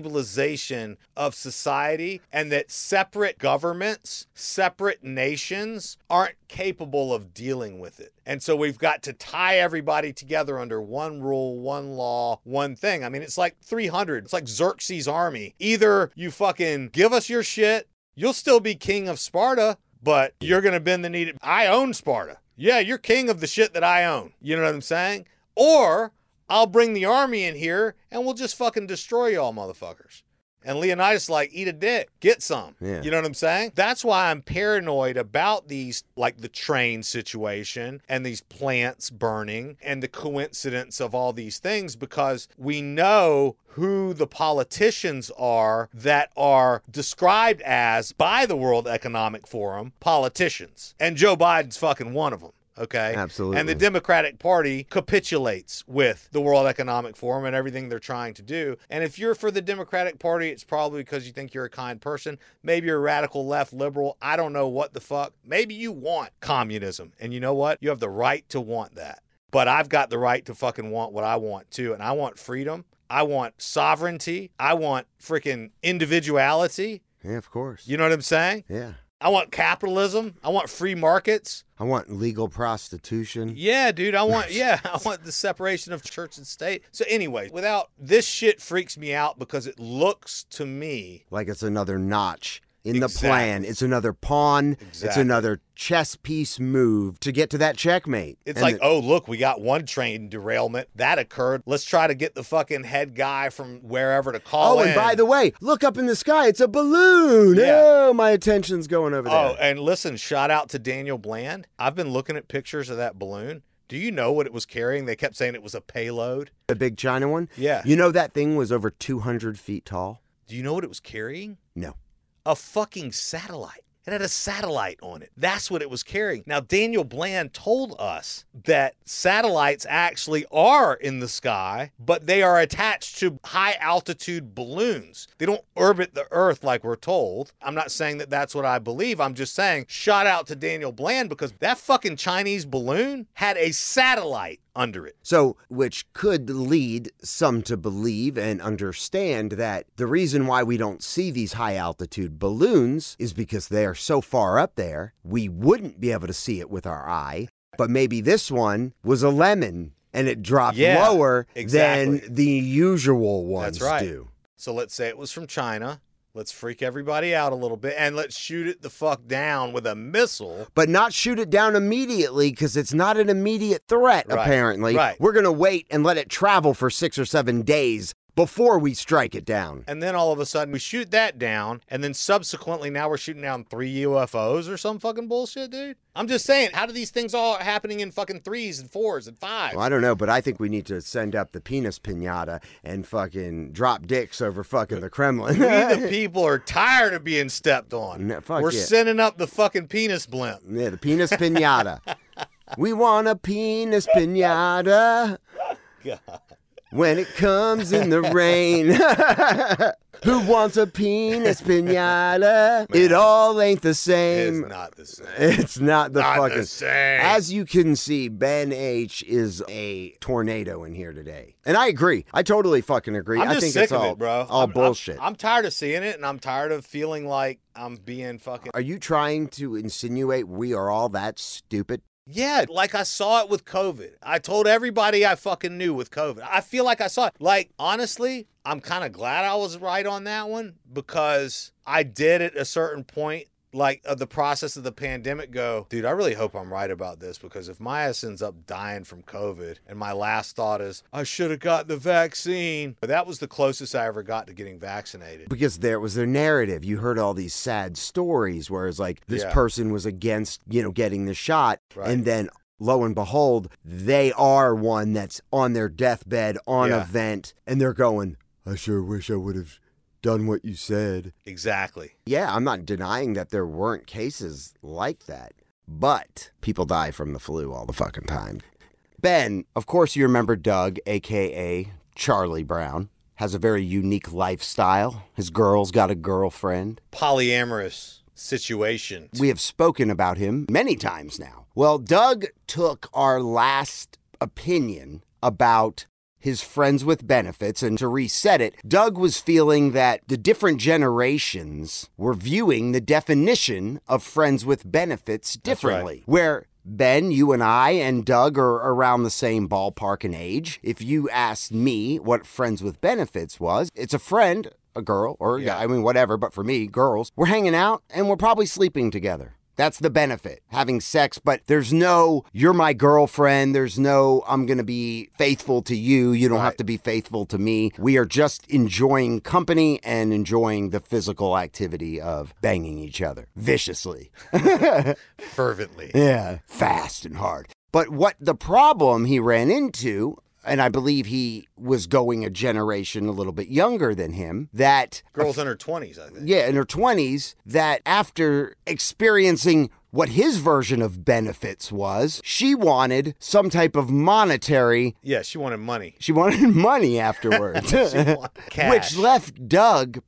Speaker 2: destabilization of society and that separate governments, separate nations aren't capable of dealing with it. And so we've got to tie everybody together under one rule, one law, one thing. I mean, it's like 300. It's like Xerxes' army. Either you fucking give us your shit, you'll still be king of Sparta, but you're going to bend the knee. To, I own Sparta. Yeah, you're king of the shit that I own. You know what I'm saying? Or I'll bring the army in here and we'll just fucking destroy y'all motherfuckers. And Leonidas like, eat a dick, get some.
Speaker 1: Yeah.
Speaker 2: You know what I'm saying? That's why I'm paranoid about these, like the train situation and these plants burning and the coincidence of all these things, because we know who the politicians are that are described as by the World Economic Forum politicians. And Joe Biden's fucking one of them. Okay. And
Speaker 1: Absolutely.
Speaker 2: the Democratic Party capitulates with the World Economic Forum and everything they're trying to do. And if you're for the Democratic Party, it's probably because you think you're a kind person. Maybe you're a radical left liberal. I don't know what the fuck. Maybe you want communism. And you know what? You have the right to want that. But I've got the right to fucking want what I want too. And I want freedom. I want sovereignty. I want freaking individuality.
Speaker 1: yeah, of course.
Speaker 2: You know what I'm saying?
Speaker 1: yeah.
Speaker 2: I want capitalism. I want free markets.
Speaker 1: I want legal prostitution.
Speaker 2: Yeah, dude, I want yeah, I want the separation of church and state. So anyway, without this shit freaks me out because it looks to me
Speaker 1: Like it's another notch in the
Speaker 2: Exactly.
Speaker 1: plan. It's another pawn. It's
Speaker 2: Exactly.
Speaker 1: another chess piece move to get to that checkmate.
Speaker 2: it's
Speaker 1: And
Speaker 2: like,
Speaker 1: the-
Speaker 2: oh look, we got one train derailment that occurred. Let's try to get the fucking head guy from wherever to call.
Speaker 1: Oh, and
Speaker 2: in.
Speaker 1: by the way, look up in the sky. It's a balloon.
Speaker 2: Yeah.
Speaker 1: Oh, my attention's going over
Speaker 2: oh,
Speaker 1: there.
Speaker 2: and listen, shout out to Daniel Bland. I've been looking at pictures of that balloon. Do you know what it was carrying? They kept saying it was a payload.
Speaker 1: The big China one.
Speaker 2: Yeah.
Speaker 1: You know that thing was over 200 feet tall?
Speaker 2: Do you know what it was carrying?
Speaker 1: No.
Speaker 2: a fucking satellite. It had a satellite on it. That's what it was carrying. Now, Daniel Bland told us that satellites actually are in the sky, but they are attached to high altitude balloons. They don't orbit the Earth like we're told. I'm not saying that that's what I believe. I'm just saying, shout out to Daniel Bland because that fucking Chinese balloon had a satellite under it.
Speaker 1: So, which could lead some to believe and understand that the reason why we don't see these high altitude balloons is because they are so far up there, we wouldn't be able to see it with our eye. But maybe this one was a lemon and it dropped
Speaker 2: Yeah,
Speaker 1: lower
Speaker 2: exactly.
Speaker 1: than the usual ones
Speaker 2: right.
Speaker 1: do.
Speaker 2: So let's say it was from China. Let's freak everybody out a little bit and let's shoot it the fuck down with a missile.
Speaker 1: but not shoot it down immediately because it's not an immediate threat,
Speaker 2: Right,
Speaker 1: apparently.
Speaker 2: right.
Speaker 1: We're going to wait and let it travel for six or seven days before we strike it down.
Speaker 2: And then all of a sudden we shoot that down, and then subsequently now we're shooting down three UFOs or some fucking bullshit, dude. I'm just saying, how do these things all happening in fucking threes and fours and fives?
Speaker 1: Well, I don't know, but I think we need to send up the penis pinata and fucking drop dicks over fucking the Kremlin.
Speaker 2: We the people are tired of being stepped on.
Speaker 1: No, fuck
Speaker 2: we're
Speaker 1: yeah.
Speaker 2: sending up the fucking penis blimp.
Speaker 1: yeah, the penis pinata. we want a penis pinata. When it comes in the rain. Who wants a penis pinata? It all ain't the
Speaker 2: It's
Speaker 1: same.
Speaker 2: not the same.
Speaker 1: It's not the
Speaker 2: Not the
Speaker 1: fucking
Speaker 2: same.
Speaker 1: As you can see, Ben H is a tornado in here today, and I agree. I totally fucking agree.
Speaker 2: I'm
Speaker 1: I
Speaker 2: just
Speaker 1: think
Speaker 2: sick
Speaker 1: it's
Speaker 2: of
Speaker 1: all
Speaker 2: it, bro.
Speaker 1: all
Speaker 2: I'm- I'm-
Speaker 1: bullshit.
Speaker 2: I'm tired of seeing it, and I'm tired of feeling like I'm being fucking.
Speaker 1: are you trying to insinuate we are all that stupid?
Speaker 2: Yeah, like I saw it with COVID. I told everybody I fucking knew with COVID. I feel like I saw it. Like, honestly, I'm kind of glad I was right on that one because I did at a certain point like of the process of the pandemic go, dude, I really hope I'm right about this because if my ass ends up dying from COVID and my last thought is, I should have got the vaccine, but that was the closest I ever got to getting vaccinated.
Speaker 1: because there was their narrative. You heard all these sad stories where it's like this
Speaker 2: Yeah.
Speaker 1: person was against, you know, getting the shot.
Speaker 2: Right.
Speaker 1: And then lo and behold, they are one that's on their deathbed on
Speaker 2: Yeah.
Speaker 1: a vent and they're going, I sure wish I would have done what you said.
Speaker 2: Exactly.
Speaker 1: Yeah, I'm not denying that there weren't cases like that, but people die from the flu all the fucking time. Ben, of course, you remember Doug, aka Charlie Brown, has a very unique lifestyle. His girl's got a girlfriend.
Speaker 2: Polyamorous situation.
Speaker 1: We have spoken about him many times now. Well, Doug took our last opinion about his friends with benefits, and to reset it, Doug was feeling that the different generations were viewing the definition of friends with benefits differently. Where Ben, you and I, and Doug are around the same ballpark in age. If you asked me what friends with benefits was, it's a friend, a girl, or a guy, I mean, whatever, but for me, girls, we're hanging out and we're probably sleeping together. That's the benefit, having sex, but there's no, you're my girlfriend. There's no, I'm going to be faithful to you. You don't have to be faithful to me. We are just enjoying company and enjoying the physical activity of banging each other viciously.
Speaker 2: Fervently.
Speaker 1: Yeah. Fast and hard. But what the problem he ran into, and I believe he was going a generation a little bit younger than him, that,
Speaker 2: Girls in her 20s, I think.
Speaker 1: yeah, in her 20s, that after experiencing what his version of benefits was, she wanted some type of monetary.
Speaker 2: Yeah, she wanted money.
Speaker 1: She wanted money afterwards,
Speaker 2: Cash.
Speaker 1: which left Doug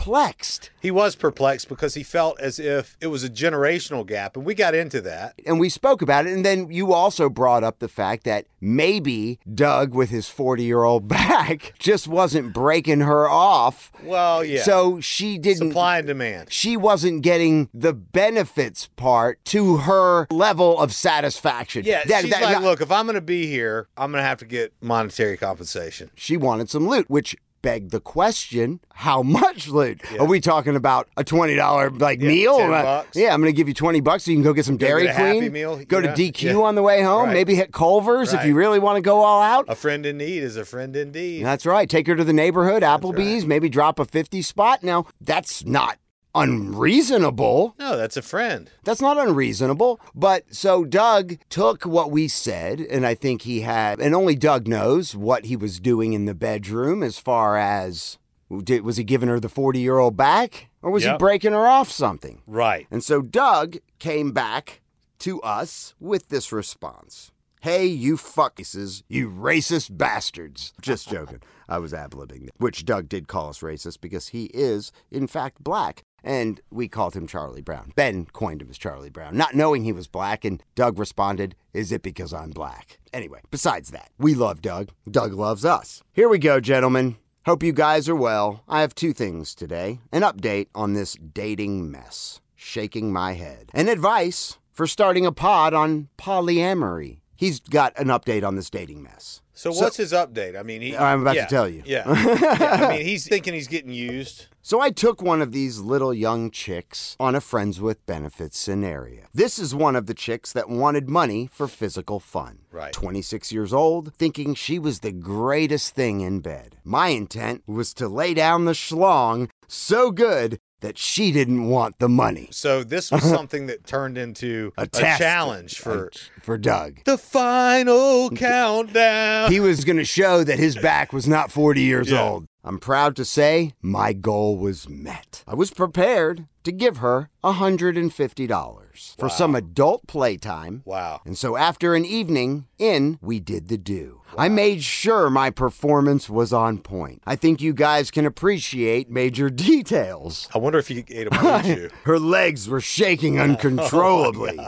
Speaker 1: perplexed.
Speaker 2: He was perplexed because he felt as if it was a generational gap, and we got into that.
Speaker 1: and we spoke about it. And then you also brought up the fact that maybe Doug, with his 40 year old back, just wasn't breaking her off.
Speaker 2: Well, yeah.
Speaker 1: So she didn't.
Speaker 2: supply and demand.
Speaker 1: she wasn't getting the benefits part to her level of satisfaction.
Speaker 2: Yeah,
Speaker 1: That-
Speaker 2: she's
Speaker 1: that-
Speaker 2: like, look, if I'm going to be here, I'm going to have to get monetary compensation.
Speaker 1: she wanted some loot, which begged the question how much loot are we talking about a $20 like meal Uh,
Speaker 2: 10 bucks.
Speaker 1: yeah i'm gonna give you 20 bucks so you can go get some dairy
Speaker 2: get a Happy
Speaker 1: queen
Speaker 2: Meal,
Speaker 1: go to
Speaker 2: yeah,
Speaker 1: dq
Speaker 2: yeah.
Speaker 1: on the way home
Speaker 2: Right.
Speaker 1: maybe hit culver's if you
Speaker 2: Right.
Speaker 1: really want to go all out
Speaker 2: A friend in need is a friend indeed.
Speaker 1: That's right. Take her to the neighborhood, Applebee's, maybe drop a 50 spot. Now, that's not unreasonable.
Speaker 2: no, that's a friend.
Speaker 1: That's not unreasonable. But so Doug took what we said, and I think he had, and only Doug knows what he was doing in the bedroom as far as did, was he giving her the 40 year old back or was he
Speaker 2: Yep.
Speaker 1: breaking her off something?
Speaker 2: Right.
Speaker 1: And so Doug came back to us with this response. Hey, you fuckaces, you racist bastards. Just joking. I was ablibbing, which Doug did call us racist because he is, in fact, black. And we called him Charlie Brown. Ben coined him as Charlie Brown, not knowing he was black. And Doug responded, Is it because I'm black? Anyway, besides that, we love Doug. Doug loves us. Here we go, gentlemen. Hope you guys are well. I have two things today an update on this dating mess, shaking my head, and advice for starting a pod on polyamory. He's got an update on this dating mess.
Speaker 2: So, what's his update? I mean, he,
Speaker 1: I'm about to
Speaker 2: yeah,
Speaker 1: tell you.
Speaker 2: Yeah. Yeah, I mean, he's thinking he's getting used.
Speaker 1: So I took one of these little young chicks on a friends with benefits scenario. This is one of the chicks that wanted money for physical fun.
Speaker 2: Right.
Speaker 1: 26 years old, thinking she was the greatest thing in bed. My intent was to lay down the schlong so good that she didn't want the money.
Speaker 2: So this was something that turned into a,
Speaker 1: test.
Speaker 2: challenge for
Speaker 1: for Doug.
Speaker 2: the final countdown.
Speaker 1: He was going to show that his back was not 40 years
Speaker 2: Yeah.
Speaker 1: old. I'm proud to say my goal was met. I was prepared to give her $150 for some adult playtime.
Speaker 2: wow.
Speaker 1: And so after an evening in, we did the do. I made sure my performance was on point. I think you guys can appreciate major details.
Speaker 2: I wonder if he ate a Pikachu.
Speaker 1: Her legs were shaking
Speaker 2: Oh
Speaker 1: uncontrollably.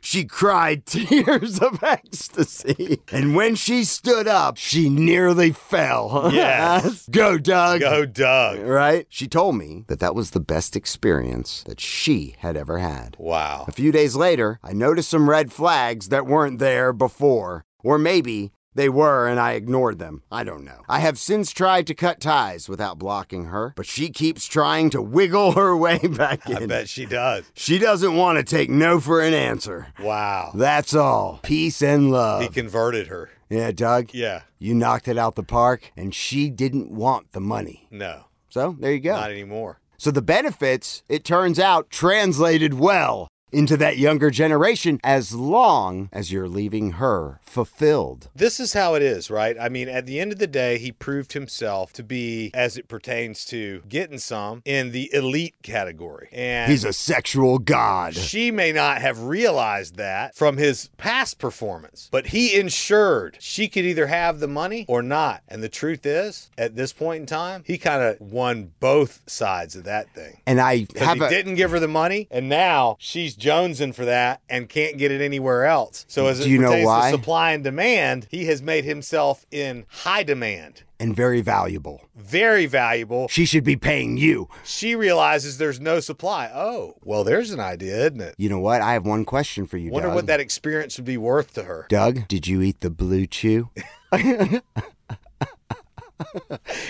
Speaker 1: she cried tears of ecstasy. And when she stood up, she nearly fell.
Speaker 2: Yes.
Speaker 1: Go, Doug.
Speaker 2: Go, Doug.
Speaker 1: Right? She told me that that was the best experience that she had ever had.
Speaker 2: Wow.
Speaker 1: A few days later, I noticed some red flags that weren't there before. Or maybe They were, and I ignored them. I don't know. I have since tried to cut ties without blocking her, but she keeps trying to wiggle her way back in.
Speaker 2: I bet she does.
Speaker 1: She doesn't want to take no for an answer.
Speaker 2: Wow.
Speaker 1: That's all. Peace and love.
Speaker 2: He converted her.
Speaker 1: yeah, Doug?
Speaker 2: Yeah.
Speaker 1: You knocked it out the park, and she didn't want the money.
Speaker 2: No,
Speaker 1: So there you go.
Speaker 2: not anymore.
Speaker 1: So the benefits, it turns out, translated well into that younger generation as long as you're leaving her fulfilled.
Speaker 2: This is how it is, right? I mean, at the end of the day, he proved himself to be, as it pertains to getting some, in the elite category. And
Speaker 1: He's a sexual god.
Speaker 2: She may not have realized that from his past performance, but he ensured she could either have the money or not. And the truth is, at this point in time, he kind of won both sides of that thing.
Speaker 1: And I
Speaker 2: Because
Speaker 1: have
Speaker 2: he
Speaker 1: a
Speaker 2: didn't give her the money, and now she's jonesing for that and can't get it anywhere else. So as it
Speaker 1: Do you know
Speaker 2: pertains
Speaker 1: why?
Speaker 2: to supply and demand, he has made himself in high demand,
Speaker 1: and very valuable.
Speaker 2: very valuable.
Speaker 1: She should be paying you.
Speaker 2: She realizes there's no supply. Oh, well, there's an idea, isn't it?
Speaker 1: You know what? I have one question for you,
Speaker 2: Wonder
Speaker 1: Doug.
Speaker 2: what that experience would be worth to her.
Speaker 1: Doug, did you eat the blue chew?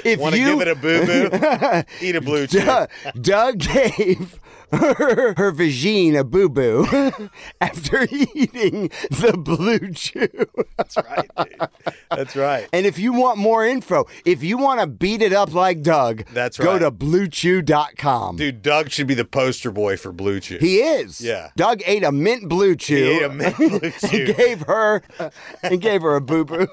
Speaker 1: if
Speaker 2: Want to
Speaker 1: you
Speaker 2: give it a boo boo? Eat a blue chip.
Speaker 1: Doug, Doug gave her, her vagine a boo boo after eating the blue chew.
Speaker 2: That's right, dude. That's right.
Speaker 1: And if you want more info, if you want to beat it up like Doug,
Speaker 2: That's
Speaker 1: go
Speaker 2: right.
Speaker 1: to bluechew.com.
Speaker 2: Dude, Doug should be the poster boy for blue chip.
Speaker 1: He is.
Speaker 2: Yeah.
Speaker 1: Doug ate a mint blue chew.
Speaker 2: He ate a mint blue chew.
Speaker 1: and gave her and gave her a boo boo.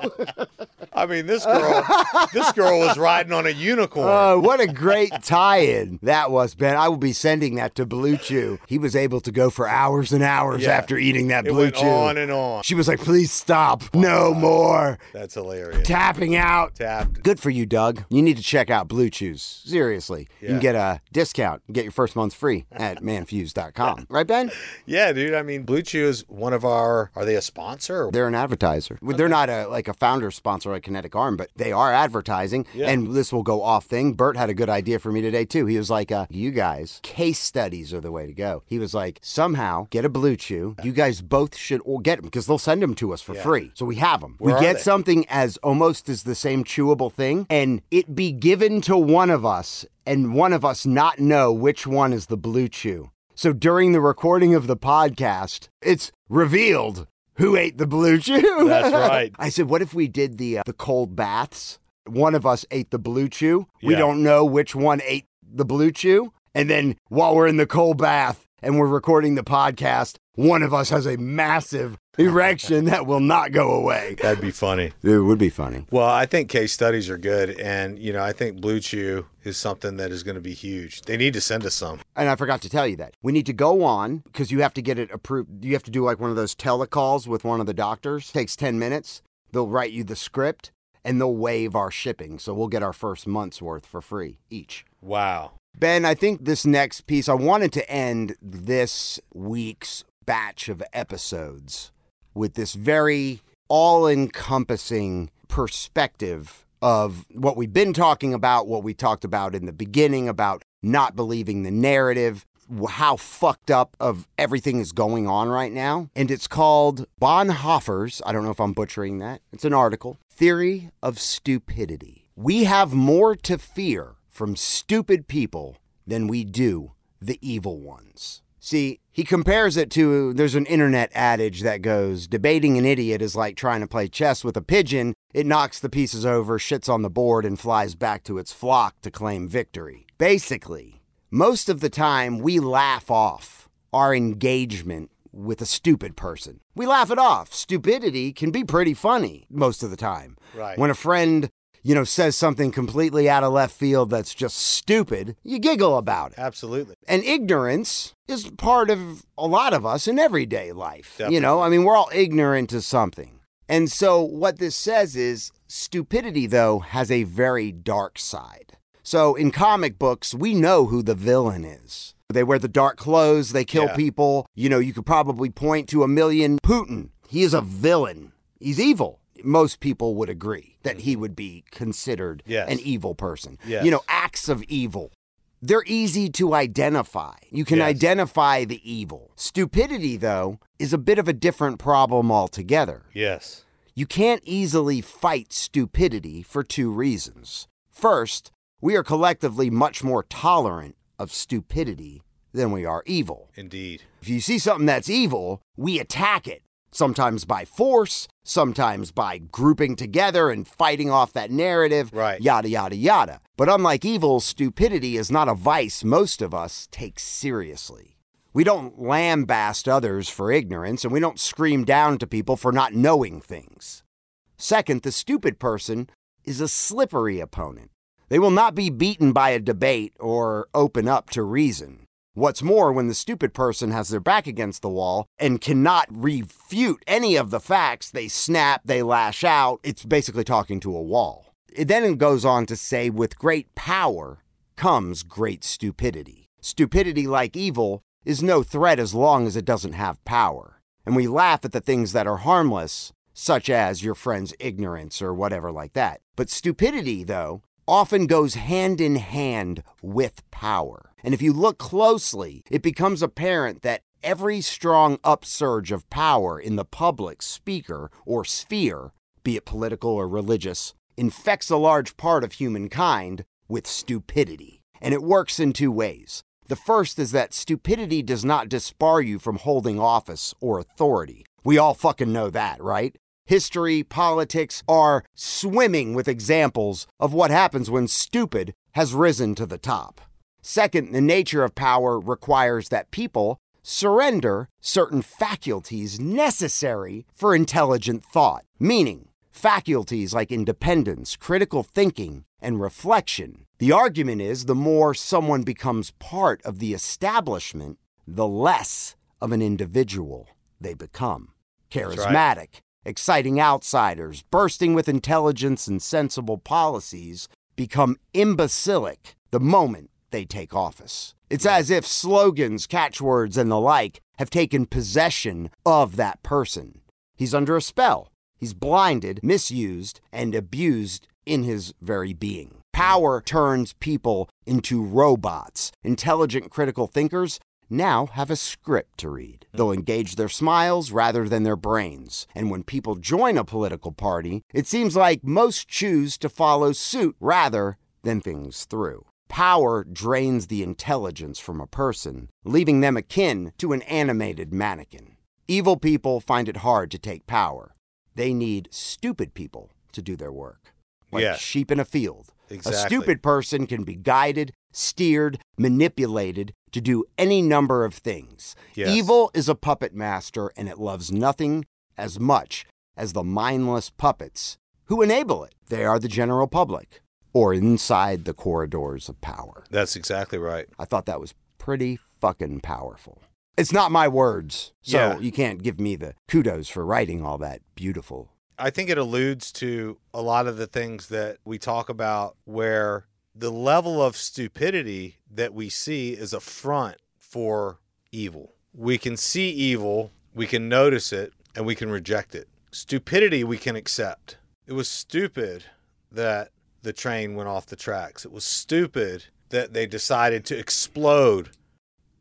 Speaker 2: I mean, this girl, this girl was riding on a unicorn.
Speaker 1: Uh, what a great tie-in that was, Ben. I will be sending that to Blue Chew. He was able to go for hours and hours
Speaker 2: Yeah.
Speaker 1: after eating that
Speaker 2: it
Speaker 1: Blue
Speaker 2: went
Speaker 1: Chew.
Speaker 2: on and on.
Speaker 1: She was like, "Please stop, no more
Speaker 2: That's hilarious.
Speaker 1: tapping out."
Speaker 2: Tapped.
Speaker 1: Good for you, Doug. You need to check out Blue Chews. Seriously, you can
Speaker 2: Yeah.
Speaker 1: get a discount. Get your first month free at manfuse.com. Right, Ben?
Speaker 2: Yeah, dude. I mean, Blue Chew is one of our. Are they a sponsor?
Speaker 1: They're an advertiser. Well, They're not a like a founder sponsor like Kinetic Arm, but they are advertising. And this will go off thing. Bert had a good idea for me today too. He was like, uh, "You guys, case studies are the way to go." He was like, "Somehow get a Blue Chew. You guys both should all get them because they'll send them to us for free. So we have them.
Speaker 2: Where
Speaker 1: we
Speaker 2: are
Speaker 1: get
Speaker 2: they?
Speaker 1: something as almost as the same chewable thing, and it be given to one of us, and one of us not know which one is the Blue Chew." So during the recording of the podcast, it's revealed who ate the blue chew.
Speaker 2: That's right.
Speaker 1: I said, what if we did the uh, the cold baths? One of us ate the blue chew. We
Speaker 2: Yeah.
Speaker 1: don't know which one ate the blue chew. And then while we're in the cold bath and we're recording the podcast, one of us has a massive erection that will not go away.
Speaker 2: That'd be funny.
Speaker 1: It would be funny.
Speaker 2: Well, I think case studies are good, and you know, I think Blue Chew is something that is going to be huge. They need to send us some.
Speaker 1: And I forgot to tell you that. We need to go on because you have to get it approved. You have to do like one of those telecalls with one of the doctors. Takes 10 minutes. They'll write you the script and they'll waive our shipping. So we'll get our first month's worth for free each.
Speaker 2: Wow.
Speaker 1: Ben, I think this next piece, I wanted to end this week's batch of episodes with this very all encompassing perspective of what we've been talking about, what we talked about in the beginning about not believing the narrative, wh- how fucked up of everything is going on right now. And it's called Bonhoeffer's, I don't know if I'm butchering that, it's an article, Theory of Stupidity. We have more to fear from stupid people than we do the evil ones. See, he compares it to there's an internet adage that goes debating an idiot is like trying to play chess with a pigeon. It knocks the pieces over, shits on the board, and flies back to its flock to claim victory. Basically, most of the time we laugh off our engagement with a stupid person. We laugh it off. Stupidity can be pretty funny most of the time.
Speaker 2: Right.
Speaker 1: When a friend, you know, says something completely out of left field that's just stupid, you giggle about it
Speaker 2: Absolutely.
Speaker 1: and ignorance is part of a lot of us in everyday life. You know,
Speaker 2: Definitely.
Speaker 1: I mean, we're all ignorant to something. And so, what this says is stupidity, though, has a very dark side. So, in comic books, we know who the villain is. They wear the dark clothes, they kill
Speaker 2: Yeah.
Speaker 1: people. You know, you could probably point to a million. Putin, he is a villain, he's evil. Most people would agree that he would be considered
Speaker 2: Mm-hmm. Yes.
Speaker 1: an evil person.
Speaker 2: Yes.
Speaker 1: You know, acts of evil they're easy to identify. You can
Speaker 2: Yes.
Speaker 1: identify the evil. Stupidity, though, is a bit of a different problem altogether.
Speaker 2: Yes.
Speaker 1: You can't easily fight stupidity for two reasons. First, we are collectively much more tolerant of stupidity than we are evil.
Speaker 2: Indeed.
Speaker 1: If you see something that's evil, we attack it, sometimes by force, sometimes by grouping together and fighting off that narrative,
Speaker 2: Right.
Speaker 1: yada, yada, yada. But unlike evil, stupidity is not a vice most of us take seriously. We don't lambaste others for ignorance, and we don't scream down to people for not knowing things. Second, the stupid person is a slippery opponent. They will not be beaten by a debate or open up to reason. What's more, when the stupid person has their back against the wall and cannot refute any of the facts, they snap, they lash out. It's basically talking to a wall. It then goes on to say, with great power comes great stupidity. Stupidity, like evil, is no threat as long as it doesn't have power. And we laugh at the things that are harmless, such as your friend's ignorance or whatever like that. But stupidity, though, often goes hand in hand with power. And if you look closely, it becomes apparent that every strong upsurge of power in the public speaker or sphere, be it political or religious, infects a large part of humankind with stupidity. And it works in two ways. The first is that stupidity does not disbar you from holding office or authority. We all fucking know that, right? History, politics are swimming with examples of what happens when stupid has risen to the top. Second, the nature of power requires that people surrender certain faculties necessary for intelligent thought, meaning faculties like independence, critical thinking, and reflection. The argument is the more someone becomes part of the establishment, the less of an individual they become. Charismatic,
Speaker 2: right.
Speaker 1: exciting outsiders, bursting with intelligence and sensible policies, become imbecilic the moment they take office. It's as if slogans, catchwords, and the like have taken possession of that person. He's under a spell. He's blinded, misused, and abused in his very being. Power turns people into robots. Intelligent critical thinkers now have a script to read. They'll engage their smiles rather than their brains. And when people join a political party, it seems like most choose to follow suit rather than things through. Power drains the intelligence from a person, leaving them akin to an animated mannequin. Evil people find it hard to take power. They need stupid people to do their work, like
Speaker 2: Yes.
Speaker 1: sheep in a field. A
Speaker 2: Exactly.
Speaker 1: stupid person can be guided, steered, manipulated to do any number of things.
Speaker 2: Yes.
Speaker 1: Evil is a puppet master, and it loves nothing as much as the mindless puppets who enable it. They are the general public or inside the corridors of power.
Speaker 2: That's exactly right.
Speaker 1: I thought that was pretty fucking powerful. It's not my words, so
Speaker 2: Yeah.
Speaker 1: you can't give me the kudos for writing all that beautiful.
Speaker 2: I think it alludes to a lot of the things that we talk about where the level of stupidity that we see is a front for evil. We can see evil, we can notice it, and we can reject it. Stupidity we can accept. It was stupid that the train went off the tracks. It was stupid that they decided to explode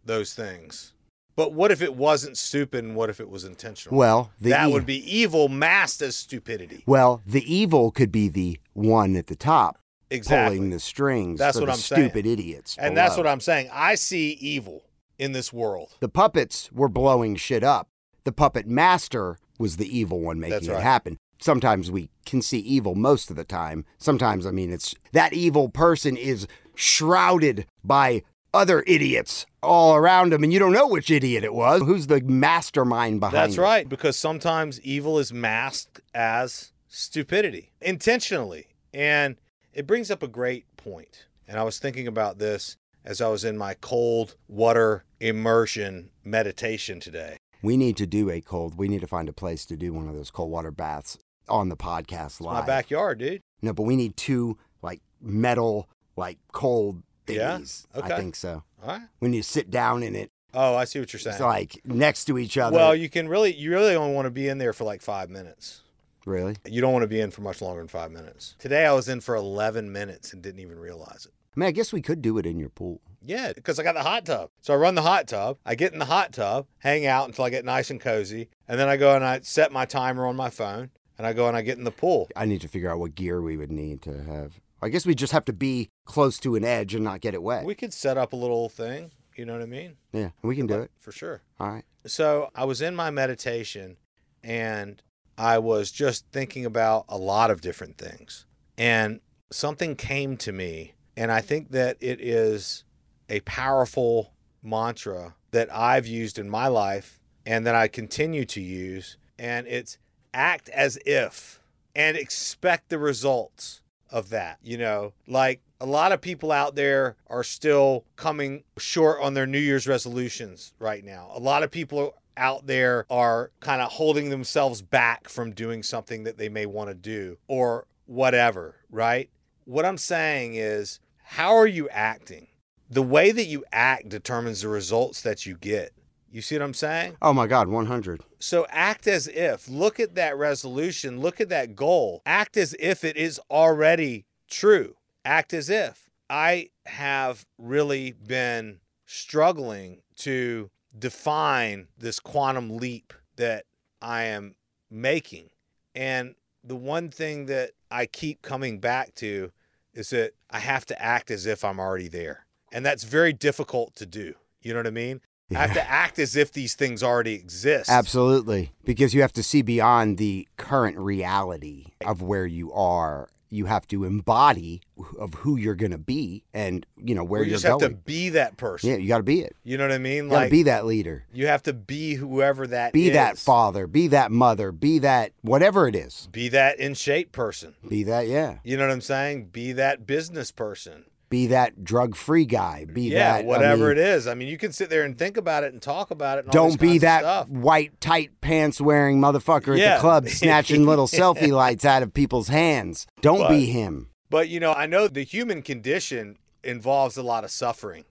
Speaker 2: those things. But what if it wasn't stupid and what if it was intentional?
Speaker 1: Well, the
Speaker 2: that
Speaker 1: e-
Speaker 2: would be evil masked as stupidity.
Speaker 1: Well, the evil could be the one at the top
Speaker 2: Exactly.
Speaker 1: pulling the strings
Speaker 2: That's
Speaker 1: for
Speaker 2: what
Speaker 1: the
Speaker 2: I'm saying.
Speaker 1: stupid idiots.
Speaker 2: and that's
Speaker 1: below.
Speaker 2: what I'm saying. I see evil in this world.
Speaker 1: The puppets were blowing shit up. The puppet master was the evil one making
Speaker 2: That's
Speaker 1: it
Speaker 2: right.
Speaker 1: happen. Sometimes we can see evil most of the time. Sometimes, I mean, it's that evil person is shrouded by other idiots all around him, and you don't know which idiot it was. Who's the mastermind behind
Speaker 2: That's
Speaker 1: it?
Speaker 2: right, because sometimes evil is masked as stupidity intentionally. And it brings up a great point. And I was thinking about this as I was in my cold water immersion meditation today.
Speaker 1: We need to do a cold. We need to find a place to do one of those cold water baths on the podcast live.
Speaker 2: My backyard, dude.
Speaker 1: No, but we need two, like, metal, like, cold
Speaker 2: Yeah?
Speaker 1: thingies.
Speaker 2: Okay.
Speaker 1: I think so.
Speaker 2: All right.
Speaker 1: When you sit down in it,
Speaker 2: Oh, I see what you're
Speaker 1: It's
Speaker 2: saying.
Speaker 1: like uh, next to each other.
Speaker 2: Well, you can really, you really only want to be in there for like five minutes.
Speaker 1: really?
Speaker 2: You don't want to be in for much longer than five minutes. Today I was in for 11 minutes and didn't even realize it.
Speaker 1: I mean, I guess we could do it in your pool.
Speaker 2: Yeah, because I got the hot tub. So I run the hot tub. I get in the hot tub, hang out until I get nice and cozy. And then I go and I set my timer on my phone. and I go and I get in the pool.
Speaker 1: I need to figure out what gear we would need to have. I guess we just have to be close to an edge and not get it wet.
Speaker 2: We could set up a little thing. You know what I mean?
Speaker 1: yeah, we can do it.
Speaker 2: For sure.
Speaker 1: All right.
Speaker 2: So I was in my meditation and I was just thinking about a lot of different things. And something came to me. And I think that it is a powerful mantra that I've used in my life and that I continue to use. And it's act as if and expect the results of that. You know, like a lot of people out there are still coming short on their New Year's resolutions right now. A lot of people out there are kind of holding themselves back from doing something that they may want to do or whatever, right? What I'm saying is, how are you acting? The way that you act determines the results that you get. You see what I'm saying?
Speaker 1: Oh my God, 100.
Speaker 2: So act as if. Look at that resolution. Look at that goal. Act as if it is already true. Act as if. I have really been struggling to define this quantum leap that I am making. And the one thing that I keep coming back to is that I have to act as if I'm already there. And that's very difficult to do. You know what I mean? I have to act as if these things already exist.
Speaker 1: Absolutely. Because you have to see beyond the current reality of where you are. You have to embody wh- of who you're going to be and, you know, where
Speaker 2: Or you
Speaker 1: you're
Speaker 2: just
Speaker 1: going.
Speaker 2: have to be that person.
Speaker 1: yeah, you got to be it.
Speaker 2: You know what I mean?
Speaker 1: You got to
Speaker 2: Like
Speaker 1: be that leader.
Speaker 2: you have to be whoever that
Speaker 1: Be that
Speaker 2: is.
Speaker 1: father, be that mother, be that whatever it is.
Speaker 2: Be that in shape person.
Speaker 1: Be that, yeah.
Speaker 2: You know what I'm saying? Be that business person.
Speaker 1: Be that drug free guy. Be
Speaker 2: yeah,
Speaker 1: that.
Speaker 2: whatever
Speaker 1: it is.
Speaker 2: it is. I mean, you can sit there and think about it and talk about it. And all
Speaker 1: Don't
Speaker 2: these
Speaker 1: be
Speaker 2: kinds of
Speaker 1: that
Speaker 2: stuff.
Speaker 1: white tight pants wearing motherfucker at
Speaker 2: Yeah.
Speaker 1: the club snatching little selfie lights out of people's hands. Don't
Speaker 2: But-
Speaker 1: be him.
Speaker 2: But you know, I know the human condition involves a lot of suffering,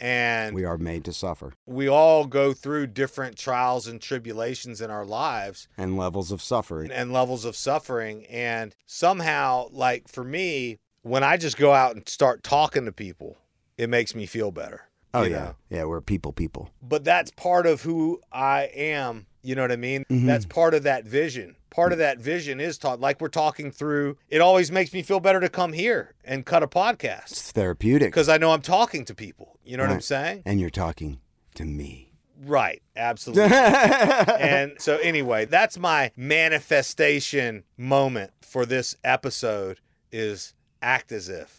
Speaker 2: and
Speaker 1: We are made to suffer
Speaker 2: we all go through different trials and tribulations in our lives.
Speaker 1: and levels of suffering.
Speaker 2: and, and levels of suffering. And somehow, like for me, when I just go out and start talking to people, it makes me feel better.
Speaker 1: Oh
Speaker 2: you
Speaker 1: yeah,
Speaker 2: know?
Speaker 1: yeah. We're people, people.
Speaker 2: But that's part of who I am. You know what I mean?
Speaker 1: Mm-hmm.
Speaker 2: That's part of that vision. Part of that vision is taught, like we're talking through. It always makes me feel better to come here and cut a podcast
Speaker 1: It's therapeutic.
Speaker 2: because I know I'm talking to people. You know what I'm
Speaker 1: Right.
Speaker 2: saying?
Speaker 1: And you're talking to me.
Speaker 2: Right. Absolutely. and so anyway, that's my manifestation moment for this episode is act as if.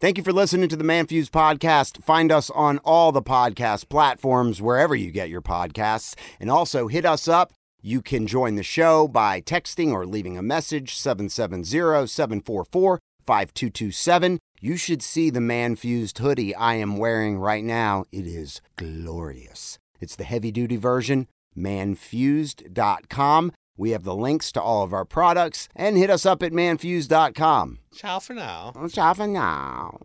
Speaker 1: Thank you for listening to the Man Fuse podcast. Find us on all the podcast platforms, wherever you get your podcasts. And also hit us up. You can join the show by texting or leaving a message 770 744 5227. You should see the Man Fused hoodie I am wearing right now. It is glorious. It's the heavy duty version, manfused.com. We have the links to all of our products and hit us up at manfused.com.
Speaker 2: Ciao for now.
Speaker 1: Ciao for now.